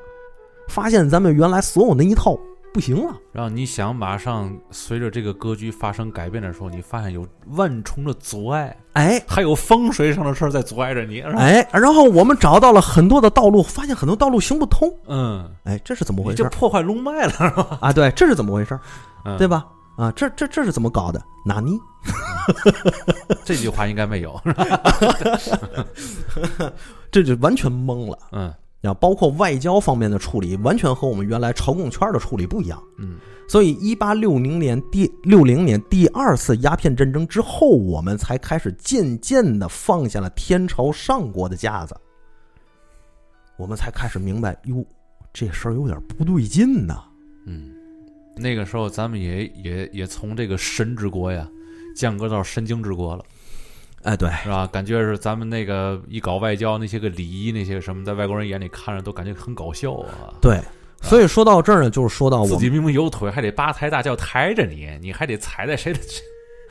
Speaker 2: 发现咱们原来所有那一套不行了。
Speaker 1: 然后你想马上随着这个格局发生改变的时候，你发现有万重的阻碍，
Speaker 2: 哎
Speaker 1: 还有风水上的事儿在阻碍着你。是吧，
Speaker 2: 哎，然后我们找到了很多的道路，发现很多道路行不通。
Speaker 1: 嗯，
Speaker 2: 哎，这是怎么
Speaker 1: 你
Speaker 2: 回事
Speaker 1: 就
Speaker 2: 儿
Speaker 1: 破坏龙脉了，是吧？
Speaker 2: 啊？对，这是怎么回事儿？
Speaker 1: 嗯
Speaker 2: 对吧？啊，这这这是怎么搞的？纳尼？
Speaker 1: 这句话应该没有。
Speaker 2: 这就完全懵了。
Speaker 1: 嗯
Speaker 2: 啊，包括外交方面的处理，完全和我们原来朝贡圈的处理不一样。
Speaker 1: 嗯
Speaker 2: 所以，一八六零年第六零年第二次鸦片战争之后，我们才开始渐渐的放下了天朝上国的架子，我们才开始明白，哟，这事儿有点不对劲呐。
Speaker 1: 嗯，那个时候咱们也也也从这个神之国呀，降格到神经之国了。
Speaker 2: 哎，对，
Speaker 1: 是吧？感觉是咱们那个一搞外交那些个礼仪那些什么，在外国人眼里看着都感觉很搞笑啊。
Speaker 2: 对，所以说到这儿呢，就是说到我
Speaker 1: 自
Speaker 2: 们
Speaker 1: 己明明有腿，还得八抬大轿抬着你，你还得踩在谁的，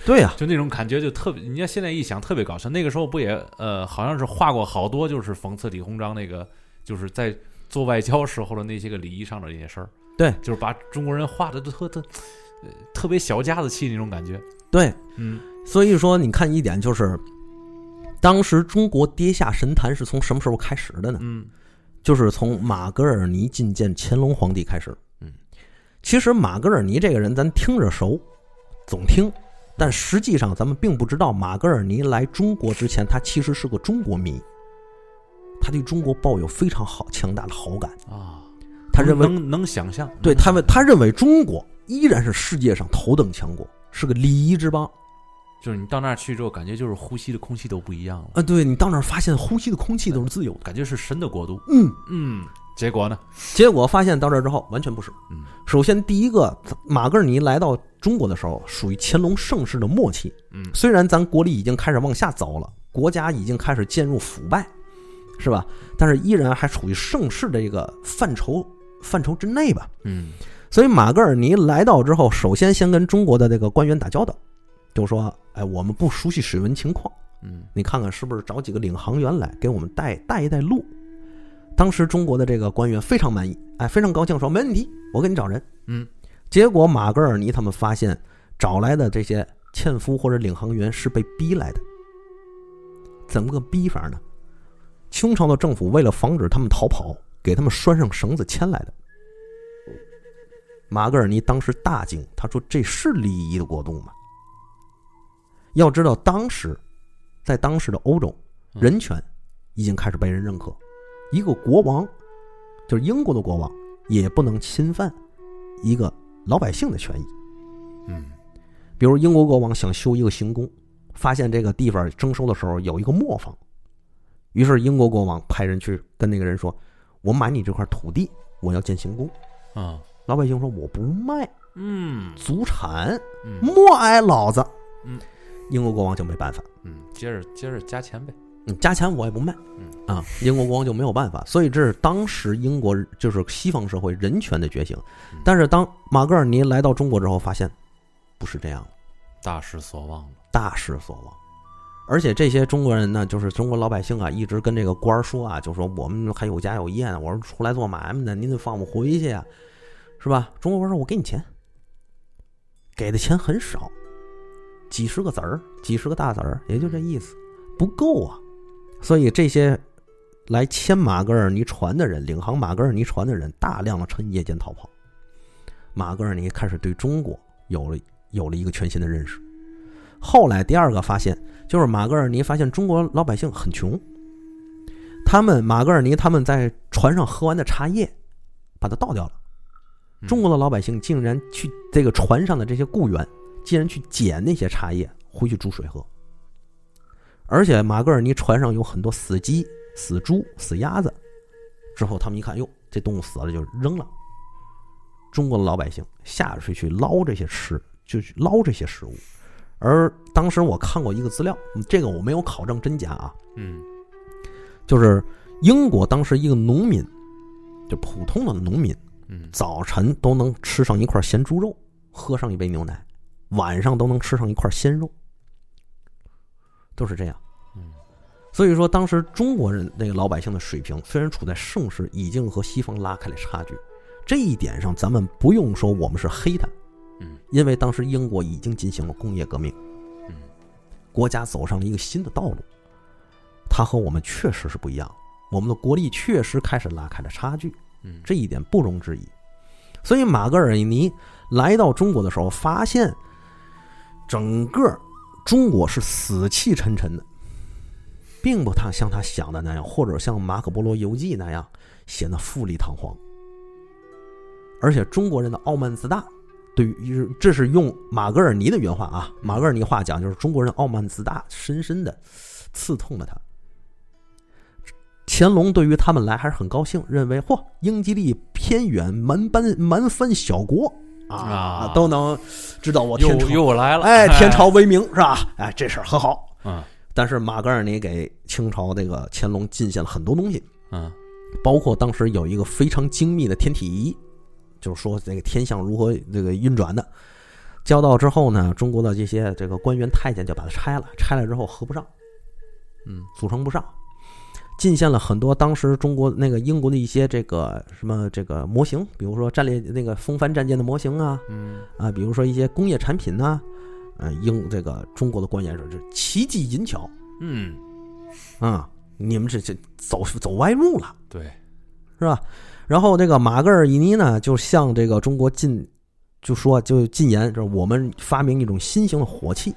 Speaker 2: 对呀、
Speaker 1: 就那种感觉就特别。你要现在一想特别搞笑，那个时候不也呃，好像是画过好多就是讽刺李鸿章那个，就是在做外交时候的那些个礼仪上的这些事儿。
Speaker 2: 对
Speaker 1: 就是把中国人画的都特特呃特别小家子气那种感觉。
Speaker 2: 对，
Speaker 1: 嗯
Speaker 2: 所以说，你看一点就是，当时中国跌下神坛是从什么时候开始的呢？
Speaker 1: 嗯
Speaker 2: 就是从马格尔尼觐见乾隆皇帝开始。
Speaker 1: 嗯，
Speaker 2: 其实马格尔尼这个人，咱听着熟，总听，但实际上咱们并不知道，马格尔尼来中国之前，他其实是个中国迷，他对中国抱有非常好强大的好感，
Speaker 1: 啊，
Speaker 2: 他认为
Speaker 1: 能能想象，
Speaker 2: 对他们，他认为中国依然是世界上头等强国，是个礼仪之邦。
Speaker 1: 就是你到那儿去之后，感觉就是呼吸的空气都不一样了，
Speaker 2: 啊，对你到那儿发现呼吸的空气都是自由的，
Speaker 1: 感觉是神的国度。
Speaker 2: 嗯。
Speaker 1: 嗯，结果呢？
Speaker 2: 结果发现到这儿之后，完全不是。
Speaker 1: 嗯
Speaker 2: 首先，第一个，马格尔尼来到中国的时候，属于乾隆盛世的末期。
Speaker 1: 嗯
Speaker 2: 虽然咱国力已经开始往下走了，国家已经开始渐入腐败，是吧？但是依然还处于盛世的这个范畴范畴之内吧。
Speaker 1: 嗯
Speaker 2: 所以马格尔尼来到之后，首先先跟中国的这个官员打交道，就说：“哎，我们不熟悉水文情况。”
Speaker 1: 嗯
Speaker 2: 你看看是不是找几个领航员来给我们带带一带路？当时中国的这个官员非常满意，哎，非常高兴，说没问题，我给你找人。
Speaker 1: 嗯，
Speaker 2: 结果马格尔尼他们发现找来的这些纤夫或者领航员是被逼来的，怎么个逼法呢？清朝的政府为了防止他们逃跑，给他们拴上绳子牵来的。马格尔尼当时大惊，他说：“这是礼仪的国度吗？”要知道，当时在当时的欧洲，
Speaker 1: 嗯
Speaker 2: 人权已经开始被人认可。一个国王，就是英国的国王，也不能侵犯一个老百姓的权益。
Speaker 1: 嗯
Speaker 2: 比如英国国王想修一个行宫，发现这个地方征收的时候有一个磨坊，于是英国国王派人去跟那个人说：“我买你这块土地，我要建行宫。
Speaker 1: 啊”
Speaker 2: 老百姓说：“我不卖，
Speaker 1: 嗯
Speaker 2: 祖产，
Speaker 1: 嗯
Speaker 2: 默哀老子。”
Speaker 1: 嗯，
Speaker 2: 英国国王就没办法，
Speaker 1: 嗯，接着接着加钱呗。
Speaker 2: 你加钱我也不卖
Speaker 1: 嗯，
Speaker 2: 啊，英国国王就没有办法，所以这是当时英国就是西方社会人权的觉醒
Speaker 1: 嗯。
Speaker 2: 但是当马格尔尼来到中国之后，发现不是这样的，
Speaker 1: 大失所望了。
Speaker 2: 大失所望。而且这些中国人呢，就是中国老百姓啊，一直跟这个官儿说啊，就说我们还有家有业呢，我们出来做买卖呢，您得放我们回去呀、是吧？中国官说：“我给你钱，给的钱很少，几十个子儿，几十个大子儿，也就这意思，不够啊。”所以这些来签马格尔尼船的人，领航马格尔尼船的人，大量的趁夜间逃跑。马格尔尼开始对中国有了有了一个全新的认识。后来第二个发现就是马格尔尼发现中国老百姓很穷，他们马格尔尼他们在船上喝完的茶叶，把它倒掉了。
Speaker 1: 嗯
Speaker 2: 中国的老百姓竟然去这个船上的这些雇员，竟然去捡那些茶叶回去煮水喝。而且马格尔尼船上有很多死鸡、死猪、死鸭子，之后他们一看，哟，这动物死了就扔了。中国的老百姓下水去捞这些吃，就去捞这些食物。而当时我看过一个资料，嗯这个我没有考证真假啊，
Speaker 1: 嗯
Speaker 2: 就是英国当时一个农民，就普通的农民，
Speaker 1: 嗯
Speaker 2: 早晨都能吃上一块咸猪肉，喝上一杯牛奶，晚上都能吃上一块鲜肉，都是这样。
Speaker 1: 嗯，
Speaker 2: 所以说当时中国人那个老百姓的水平虽然处在盛世，已经和西方拉开了差距。这一点上，咱们不用说我们是黑他，
Speaker 1: 嗯，
Speaker 2: 因为当时英国已经进行了工业革命，
Speaker 1: 嗯，
Speaker 2: 国家走上了一个新的道路，它和我们确实是不一样，我们的国力确实开始拉开了差距。
Speaker 1: 嗯，
Speaker 2: 这一点不容置疑。所以马格尔尼来到中国的时候，发现整个中国是死气沉沉的，并不他像他想的那样，或者像马可波罗游记那样显得富丽堂皇。而且中国人的傲慢自大，对于这是用马格尔尼的原话啊，马格尔尼话讲就是中国人傲慢自大，深深的刺痛了他。乾隆对于他们来还是很高兴，认为嚯，英吉利偏远蛮藩蛮藩小国啊
Speaker 1: 啊，
Speaker 2: 都能知道我天
Speaker 1: 又
Speaker 2: 朝
Speaker 1: 又来了，
Speaker 2: 哎，天朝为名是吧？哎，这事儿很好。
Speaker 1: 嗯，
Speaker 2: 但是马格尔尼给清朝这个乾隆进献了很多东西，
Speaker 1: 嗯
Speaker 2: 包括当时有一个非常精密的天体仪，就是说这个天象如何这个运转的。交到之后呢，中国的这些这个官员太监就把它拆了，拆了之后合不上，
Speaker 1: 嗯
Speaker 2: 组成不上，进献了很多当时中国那个英国的一些这个什么这个模型，比如说战列那个风帆战舰的模型啊，
Speaker 1: 嗯
Speaker 2: 啊，比如说一些工业产品呐、呃，英这个中国的官员说这奇技淫巧
Speaker 1: 嗯，
Speaker 2: 啊、你们这这走走歪路了
Speaker 1: 对，
Speaker 2: 是吧？然后这个马格尔尼呢，就向这个中国进就说就进言，就是我们发明一种新型的火器，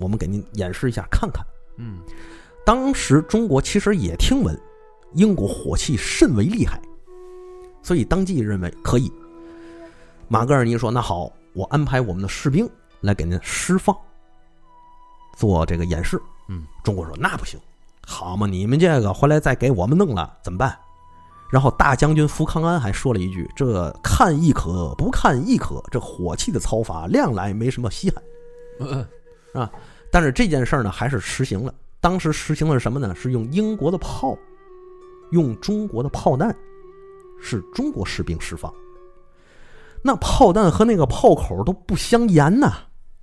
Speaker 2: 我们给您演示一下看看。
Speaker 1: 嗯
Speaker 2: 当时中国其实也听闻英国火器甚为厉害，所以当即认为可以。马格尔尼说：“那好，我安排我们的士兵来给您释放，做这个演示。”
Speaker 1: 嗯，
Speaker 2: 中国说：“那不行，好嘛，你们这个回来再给我们弄了怎么办？”然后大将军福康安还说了一句：“这看亦可，不看亦可，这火器的操法量来没什么稀罕。”
Speaker 1: 呃
Speaker 2: 但是这件事儿呢，还是实行了。当时实行的是什么呢？是用英国的炮，用中国的炮弹，是中国士兵释放。那炮弹和那个炮口都不相沿呐、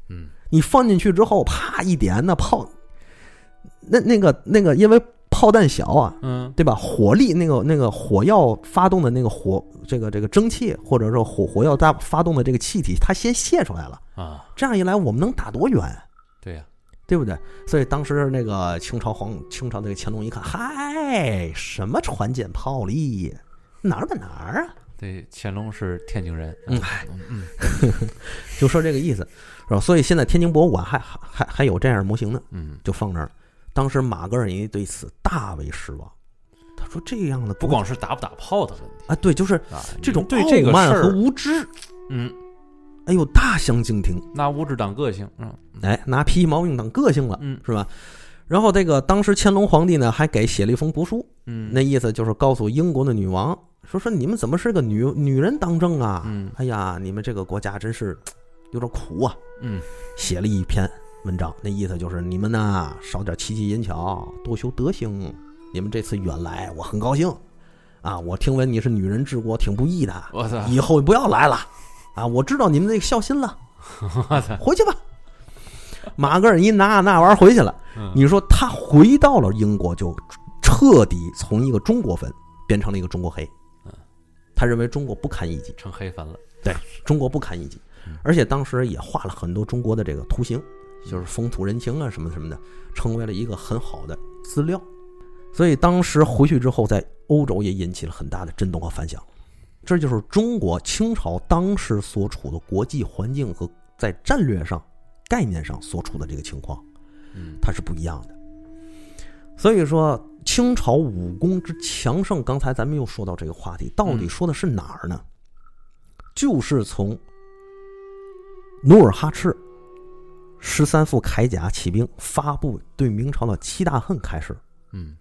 Speaker 1: 嗯
Speaker 2: 你放进去之后，啪一点，那炮，那那个那个，因为炮弹小啊，
Speaker 1: 嗯
Speaker 2: 对吧？火力那个那个火药发动的那个火，这个这个蒸汽，或者说火火药大发动的这个气体，它先泄出来了。
Speaker 1: 啊，
Speaker 2: 这样一来，我们能打多远啊？
Speaker 1: 对呀，
Speaker 2: 对不对？所以当时那个清朝皇，清朝那个乾隆一看，嗨，什么船舰炮力，哪儿跟哪儿啊？
Speaker 1: 这乾隆是天津人，
Speaker 2: 嗯
Speaker 1: 嗯
Speaker 2: 就说这个意思，是吧？所以现在天津博物馆还还还还有这样模型呢，
Speaker 1: 嗯，
Speaker 2: 就放那儿了。当时马格尔尼对此大为失望，他说这样的
Speaker 1: 不光是打不打炮的问题
Speaker 2: 啊，对，就是
Speaker 1: 啊，
Speaker 2: 这种
Speaker 1: 你对这
Speaker 2: 傲
Speaker 1: 个
Speaker 2: 慢
Speaker 1: 事
Speaker 2: 和
Speaker 1: 儿，
Speaker 2: 无知，
Speaker 1: 嗯，
Speaker 2: 哎呦，大相径庭。
Speaker 1: 拿无知当个性，嗯
Speaker 2: 哎，拿皮毛用当个性了，
Speaker 1: 嗯
Speaker 2: 是吧？然后这个当时乾隆皇帝呢，还给写了一封国书，
Speaker 1: 嗯，
Speaker 2: 那意思就是告诉英国的女王，说说你们怎么是个女女人当政啊？
Speaker 1: 嗯
Speaker 2: 哎呀，你们这个国家真是有点苦啊！
Speaker 1: 嗯
Speaker 2: 写了一篇文章，那意思就是你们呐少点奇技淫巧，多修德行。你们这次远来，我很高兴，啊，我听闻你是女人治国，挺不易的，
Speaker 1: 我操，
Speaker 2: 以后不要来了，啊，我知道你们这个孝心了，回去吧。马格尔尼拿那玩意儿回去了，
Speaker 1: 嗯
Speaker 2: 你说他回到了英国，就彻底从一个中国粉变成了一个中国黑
Speaker 1: 嗯。
Speaker 2: 他认为中国不堪一击，
Speaker 1: 成黑粉了，
Speaker 2: 中国不堪一击
Speaker 1: 嗯，
Speaker 2: 而且当时也画了很多中国的这个图形，就是风土人情啊什么什么的，成为了一个很好的资料。所以当时回去之后，在欧洲也引起了很大的震动和反响。这就是中国清朝当时所处的国际环境和在战略上、概念上所处的这个情况。
Speaker 1: 嗯
Speaker 2: 它是不一样的。所以说，清朝武功之强盛，刚才咱们又说到这个话题，到底
Speaker 1: 嗯
Speaker 2: 说的是哪儿呢？就是从努尔哈赤十三副铠甲起兵发布对明朝的七大恨开始，
Speaker 1: 嗯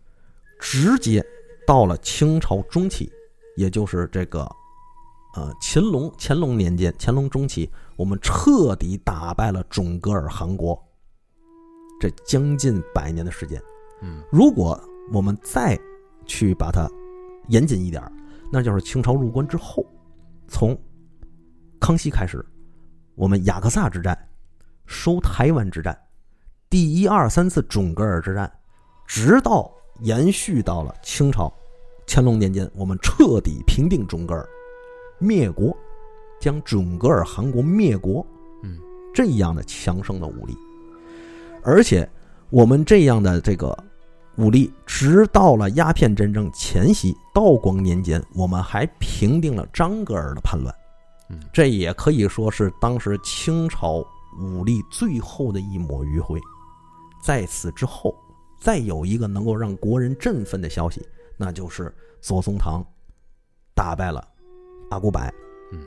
Speaker 2: 直接到了清朝中期，也就是这个呃乾隆乾隆年间，乾隆中期，我们彻底打败了准噶尔汗国，这将近百年的时间。
Speaker 1: 嗯
Speaker 2: 如果我们再去把它严谨一点儿，那就是清朝入关之后，从康熙开始，我们雅克萨之战、收台湾之战、第一二三次准噶尔之战，直到延续到了清朝乾隆年间，我们彻底平定准噶尔，灭国，将准噶尔汗国灭国。
Speaker 1: 嗯，
Speaker 2: 这样的强盛的武力，而且我们这样的这个武力，直到了鸦片战争前夕，道光年间，我们还平定了张格尔的叛乱。
Speaker 1: 嗯
Speaker 2: 这也可以说是当时清朝武力最后的一抹余晖。在此之后，再有一个能够让国人振奋的消息，那就是左宗棠打败了阿古柏，
Speaker 1: 嗯，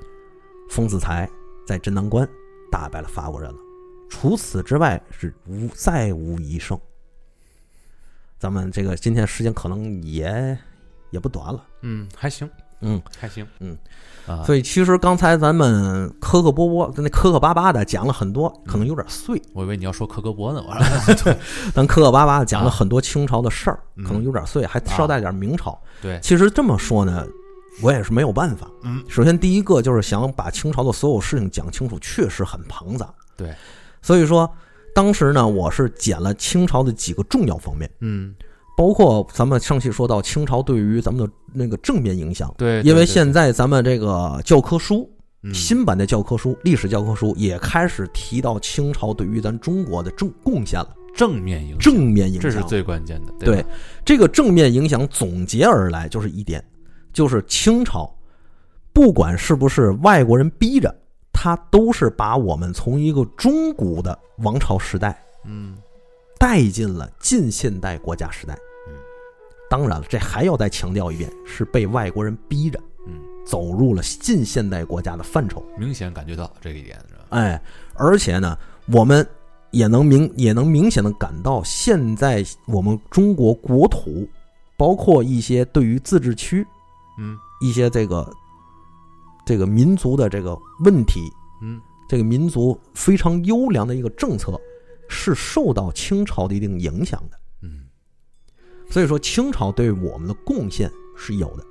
Speaker 2: 丰子材在镇南关打败了法国人了。除此之外是无再无一胜。咱们这个今天时间可能也也不短了，
Speaker 1: 嗯，还行
Speaker 2: 嗯，
Speaker 1: 还行，
Speaker 2: 嗯
Speaker 1: 啊，
Speaker 2: 所以其实刚才咱们磕磕波波、那磕磕巴巴的讲了很多，可能有点碎，
Speaker 1: 我以为你要说克格勃呢， 我说
Speaker 2: 咱磕磕巴巴的讲了很多清朝的事儿，
Speaker 1: 嗯啊
Speaker 2: 可能有点碎，还捎带点明朝。
Speaker 1: 对，
Speaker 2: 其实这么说呢，我也是没有办法。
Speaker 1: 嗯，
Speaker 2: 首先第一个就是想把清朝的所有事情讲清楚，确实很庞杂。
Speaker 1: 对，
Speaker 2: 所以说当时呢，我是捡了清朝的几个重要方面，
Speaker 1: 嗯，
Speaker 2: 包括咱们上期说到清朝对于咱们的那个正面影响。
Speaker 1: 对，
Speaker 2: 因为
Speaker 1: 对嗯
Speaker 2: 现在咱们这个教科书，
Speaker 1: 对
Speaker 2: 新版的教科书、历史教科书也开始提到清朝对于咱中国的重贡献了，
Speaker 1: 嗯正面影响，
Speaker 2: 正面影
Speaker 1: 这是
Speaker 2: 响。
Speaker 1: 最关键的，
Speaker 2: 对
Speaker 1: 吧
Speaker 2: 这个正面影响总结而来就是一点，就是清朝，不管是不是外国人逼着，他都是把我们从一个中古的王朝时代
Speaker 1: 嗯
Speaker 2: 带进了近现代国家时代
Speaker 1: 嗯。
Speaker 2: 当然了，这还要再强调一遍，是被外国人逼着
Speaker 1: 嗯，
Speaker 2: 走入了近现代国家的范畴。
Speaker 1: 明显感觉到这一点是吧？
Speaker 2: 哎，而且呢，我们也能明也能明显的感到，现在我们中国国土，包括一些对于自治区
Speaker 1: 嗯
Speaker 2: 一些这个这个民族的这个问题，
Speaker 1: 嗯
Speaker 2: 这个民族非常优良的一个政策，是受到清朝的一定影响的。
Speaker 1: 嗯，
Speaker 2: 所以说，清朝对我们的贡献是有的。
Speaker 1: 嗯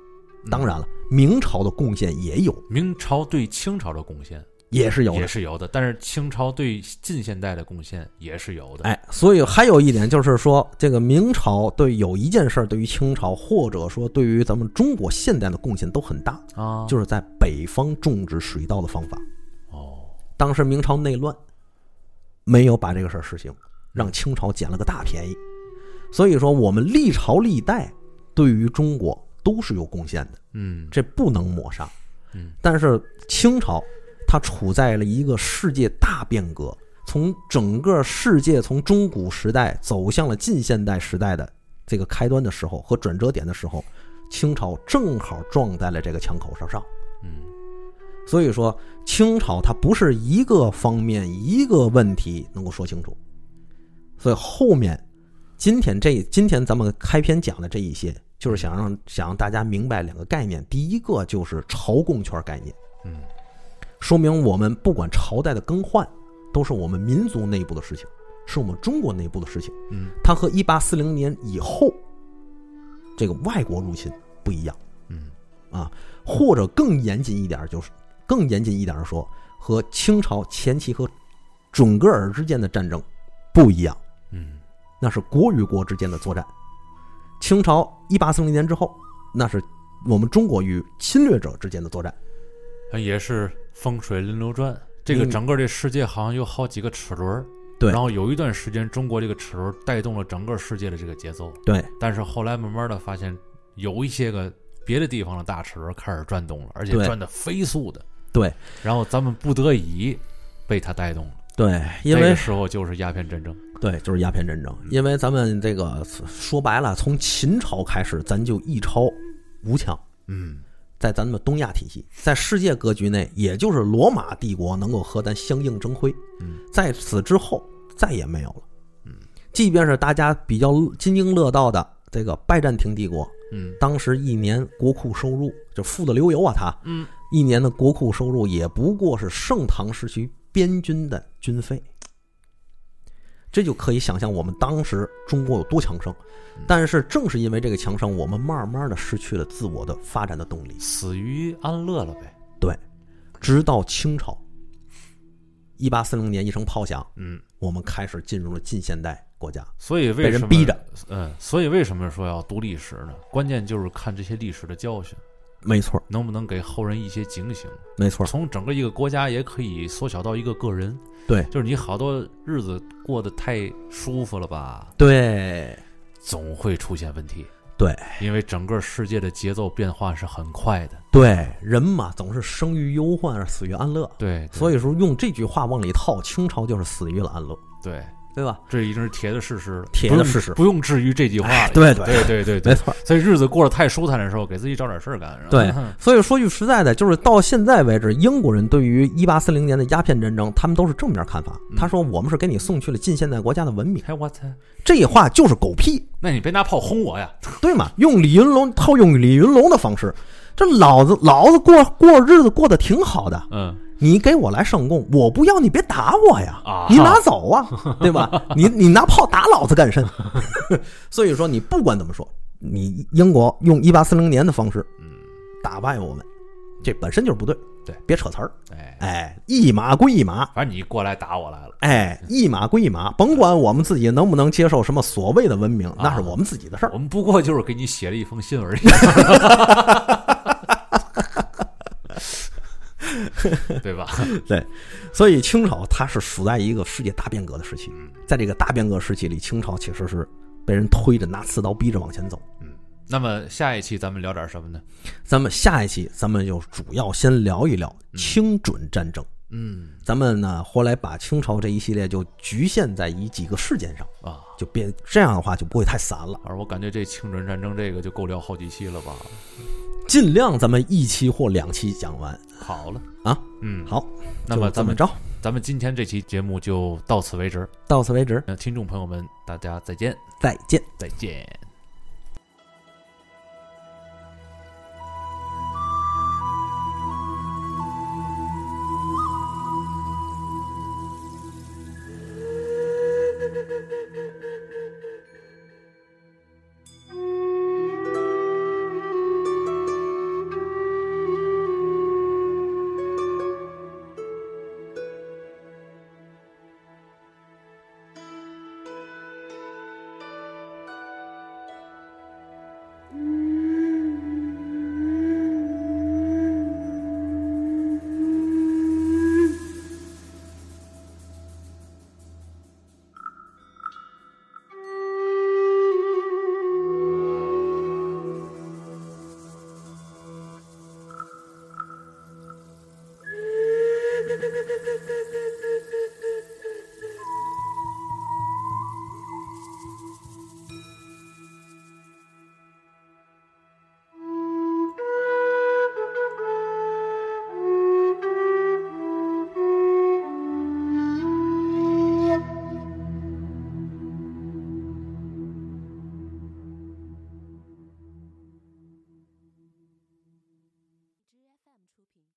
Speaker 2: 当然了，明朝的贡献也有，
Speaker 1: 明朝对清朝的贡献
Speaker 2: 也是有的
Speaker 1: 也。是有的，但是清朝对近现代的贡献也是有的。
Speaker 2: 哎，所以还有一点就是说，这个明朝对有一件事儿，对于清朝或者说对于咱们中国现代的贡献都很大，
Speaker 1: 啊，
Speaker 2: 就是在北方种植水稻的方法。
Speaker 1: 哦，
Speaker 2: 当时明朝内乱，没有把这个事儿实行，让清朝捡了个大便宜。所以说，我们历朝历代对于中国都是有贡献的，
Speaker 1: 嗯，
Speaker 2: 这不能抹杀。
Speaker 1: 嗯，
Speaker 2: 但是清朝它处在了一个世界大变革，从整个世界从中古时代走向了近现代时代的这个开端的时候和转折点的时候，清朝正好撞在了这个枪口上上。
Speaker 1: 嗯
Speaker 2: 所以说，清朝它不是一个方面一个问题能够说清楚，所以后面今天这今天咱们开篇讲的这一些，就是想让想让大家明白两个概念，第一个就是朝贡圈概念，
Speaker 1: 嗯，
Speaker 2: 说明我们不管朝代的更换，都是我们民族内部的事情，是我们中国内部的事情，
Speaker 1: 嗯
Speaker 2: 它和一八四零年以后这个外国入侵不一样。
Speaker 1: 嗯
Speaker 2: 啊或者更严谨一点儿，就是更严谨一点儿地说，和清朝前期和准噶尔之间的战争不一样，
Speaker 1: 嗯
Speaker 2: 那是国与国之间的作战。清朝一八四零年之后，那是我们中国与侵略者之间的作战。
Speaker 1: 嗯，也是风水轮流转。这个
Speaker 2: 嗯
Speaker 1: 整个这世界好像有好几个齿轮儿，
Speaker 2: 对
Speaker 1: 然后有一段时间，中国这个齿轮儿带动了整个世界的这个节奏，
Speaker 2: 对
Speaker 1: 但是后来慢慢的发现，有一些个别的地方的大齿轮开始转动了，而且
Speaker 2: 对
Speaker 1: 转的飞速的，
Speaker 2: 对
Speaker 1: 然后咱们不得已被它带动了。
Speaker 2: 对，因
Speaker 1: 那
Speaker 2: 为
Speaker 1: 个时候就是鸦片战争，
Speaker 2: 对就是鸦片战争，因为咱们这个说白了，从秦朝开始，咱就一超五强。
Speaker 1: 嗯，
Speaker 2: 在咱们东亚体系，在世界格局内，也就是罗马帝国能够和咱相应争辉。
Speaker 1: 嗯，
Speaker 2: 在此之后再也没有了。嗯，即便是大家比较津津乐道的这个拜占庭帝国，
Speaker 1: 嗯
Speaker 2: 当时一年国库收入就富得流油啊，他
Speaker 1: 嗯，
Speaker 2: 一年的国库收入也不过是盛唐时期边军的军费。这就可以想象我们当时中国有多强盛，但是正是因为这个强盛，我们慢慢的失去了自我的发展的动力。
Speaker 1: 死于安乐了呗。
Speaker 2: 对，直到清朝，一八四零年一声炮响，
Speaker 1: 嗯，
Speaker 2: 我们开始进入了近现代国家，
Speaker 1: 所以为
Speaker 2: 被
Speaker 1: 什
Speaker 2: 人
Speaker 1: 么
Speaker 2: 逼？着。
Speaker 1: 嗯，所以为什么说要读历史呢？关键就是看这些历史的教训，
Speaker 2: 没错，
Speaker 1: 能不能给后人一些警醒。
Speaker 2: 没错，
Speaker 1: 从整个一个国家也可以缩小到一个个人，
Speaker 2: 对
Speaker 1: 就是你好多日子过得太舒服了吧，
Speaker 2: 对
Speaker 1: 总会出现问题。
Speaker 2: 对
Speaker 1: 因为整个世界的节奏变化是很快的。
Speaker 2: 对，人嘛总是生于忧患而死于安乐，
Speaker 1: 对，
Speaker 2: 所
Speaker 1: 以
Speaker 2: 以说用这句话往里套，清朝就是死于了安乐，
Speaker 1: 对，
Speaker 2: 对吧？
Speaker 1: 这已经是铁的事实了，
Speaker 2: 铁
Speaker 1: 不
Speaker 2: 的
Speaker 1: 用
Speaker 2: 事实哎
Speaker 1: 不用至于这句话了。
Speaker 2: 对对
Speaker 1: 对对对
Speaker 2: 没
Speaker 1: 对，嗯
Speaker 2: 错，
Speaker 1: 所以日子过得太舒坦的时候，给自己找点事儿干。是吧嗯
Speaker 2: 对，所以说句实在的，就是到现在为止，英国人对于一八四零年的鸦片战争，他们都是正面看法。他说：“我们是给你送去了近现代国家的文明。
Speaker 1: 哎我操，”
Speaker 2: 这话就是狗屁，
Speaker 1: 那你别拿炮轰我呀！
Speaker 2: 对嘛？用李云龙套用李云龙的方式，这老子老子过过日子过得挺好的，
Speaker 1: 嗯，
Speaker 2: 你给我来上供，我不要你别打我呀
Speaker 1: 啊，
Speaker 2: 你拿 走啊，对吧？你你拿炮打老子干甚？ 所以说你不管怎么说，你英国用一八四零年的方式，打败我们，这本身就是不对，
Speaker 1: 对，
Speaker 2: 别扯词儿，
Speaker 1: 哎，
Speaker 2: 哎，一码归一码。
Speaker 1: 反正你过来打我来了，
Speaker 2: 哎，一码归一码，甭管我们自己能不能接受什么所谓的文明，那是我们自己的事儿。
Speaker 1: 啊我们不过就是给你写了一封信而已。对吧？
Speaker 2: 对，所以清朝它是处在一个世界大变革的时期，
Speaker 1: 嗯
Speaker 2: 在这个大变革时期里，清朝其实是被人推着拿刺刀逼着往前走。
Speaker 1: 嗯，那么下一期咱们聊点什么呢？
Speaker 2: 咱们下一期咱们就主要先聊一聊清准战争，
Speaker 1: 嗯
Speaker 2: 咱们呢后来把清朝这一系列就局限在以几个事件上，
Speaker 1: 啊，
Speaker 2: 就别这样的话就不会太散了，
Speaker 1: 而我感觉这清准战争这个就够聊好几期了吧？
Speaker 2: 尽量咱们一期或两期讲完
Speaker 1: 好了，
Speaker 2: 啊。
Speaker 1: 嗯，
Speaker 2: 好，
Speaker 1: 那么
Speaker 2: 就这
Speaker 1: 咱
Speaker 2: 么
Speaker 1: 们
Speaker 2: 着，
Speaker 1: 咱们今天这期节目就到此为止。
Speaker 2: 到此为止，
Speaker 1: 那听众朋友们，大家再见，
Speaker 2: 再见。
Speaker 1: 再见。